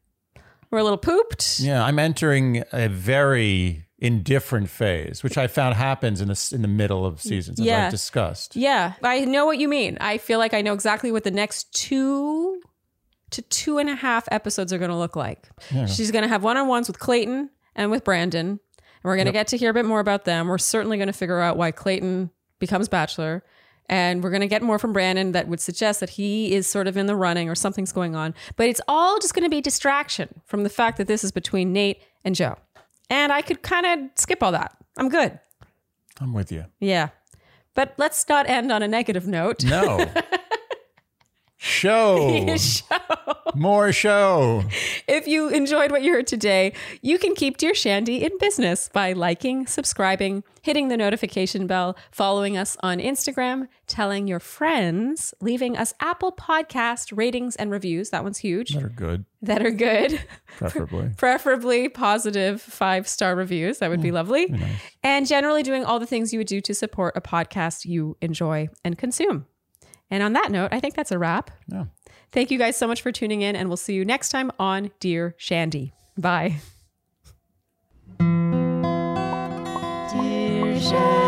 B: We're a little pooped.
A: Yeah, I'm entering a very indifferent phase, which I found happens in the in the middle of seasons, as
B: Yeah.
A: I've discussed.
B: Yeah, I know what you mean. I feel like I know exactly what the next two to two and a half episodes are going to look like. She's going to have one on ones with Clayton and with Brandon, and we're going to get to hear a bit more about them. We're certainly going to figure out why Clayton becomes Bachelor. And we're going to get more from Brandon that would suggest that he is sort of in the running or something's going on. But it's all just going to be distraction from the fact that this is between Nate and Joe. And I could kind of skip all that. I'm good.
A: I'm with you.
B: Yeah. But let's not end on a negative note.
A: No.
B: (laughs)
A: show. More show.
B: if you enjoyed what you heard today, you can keep Dear Shandy in business by liking, subscribing, hitting the notification bell, following us on Instagram, telling your friends, leaving us Apple Podcast ratings and reviews. That one's huge.
A: That are good,
B: That are good. (laughs)
A: preferably.
B: Preferably positive five star reviews. That would be lovely. And generally doing all the things you would do to support a podcast you enjoy and consume. And on that note, I think that's a wrap.
A: Yeah.
B: Thank you guys so much for tuning in, and we'll see you next time on Dear Shandy. Bye.
C: Dear Shandy.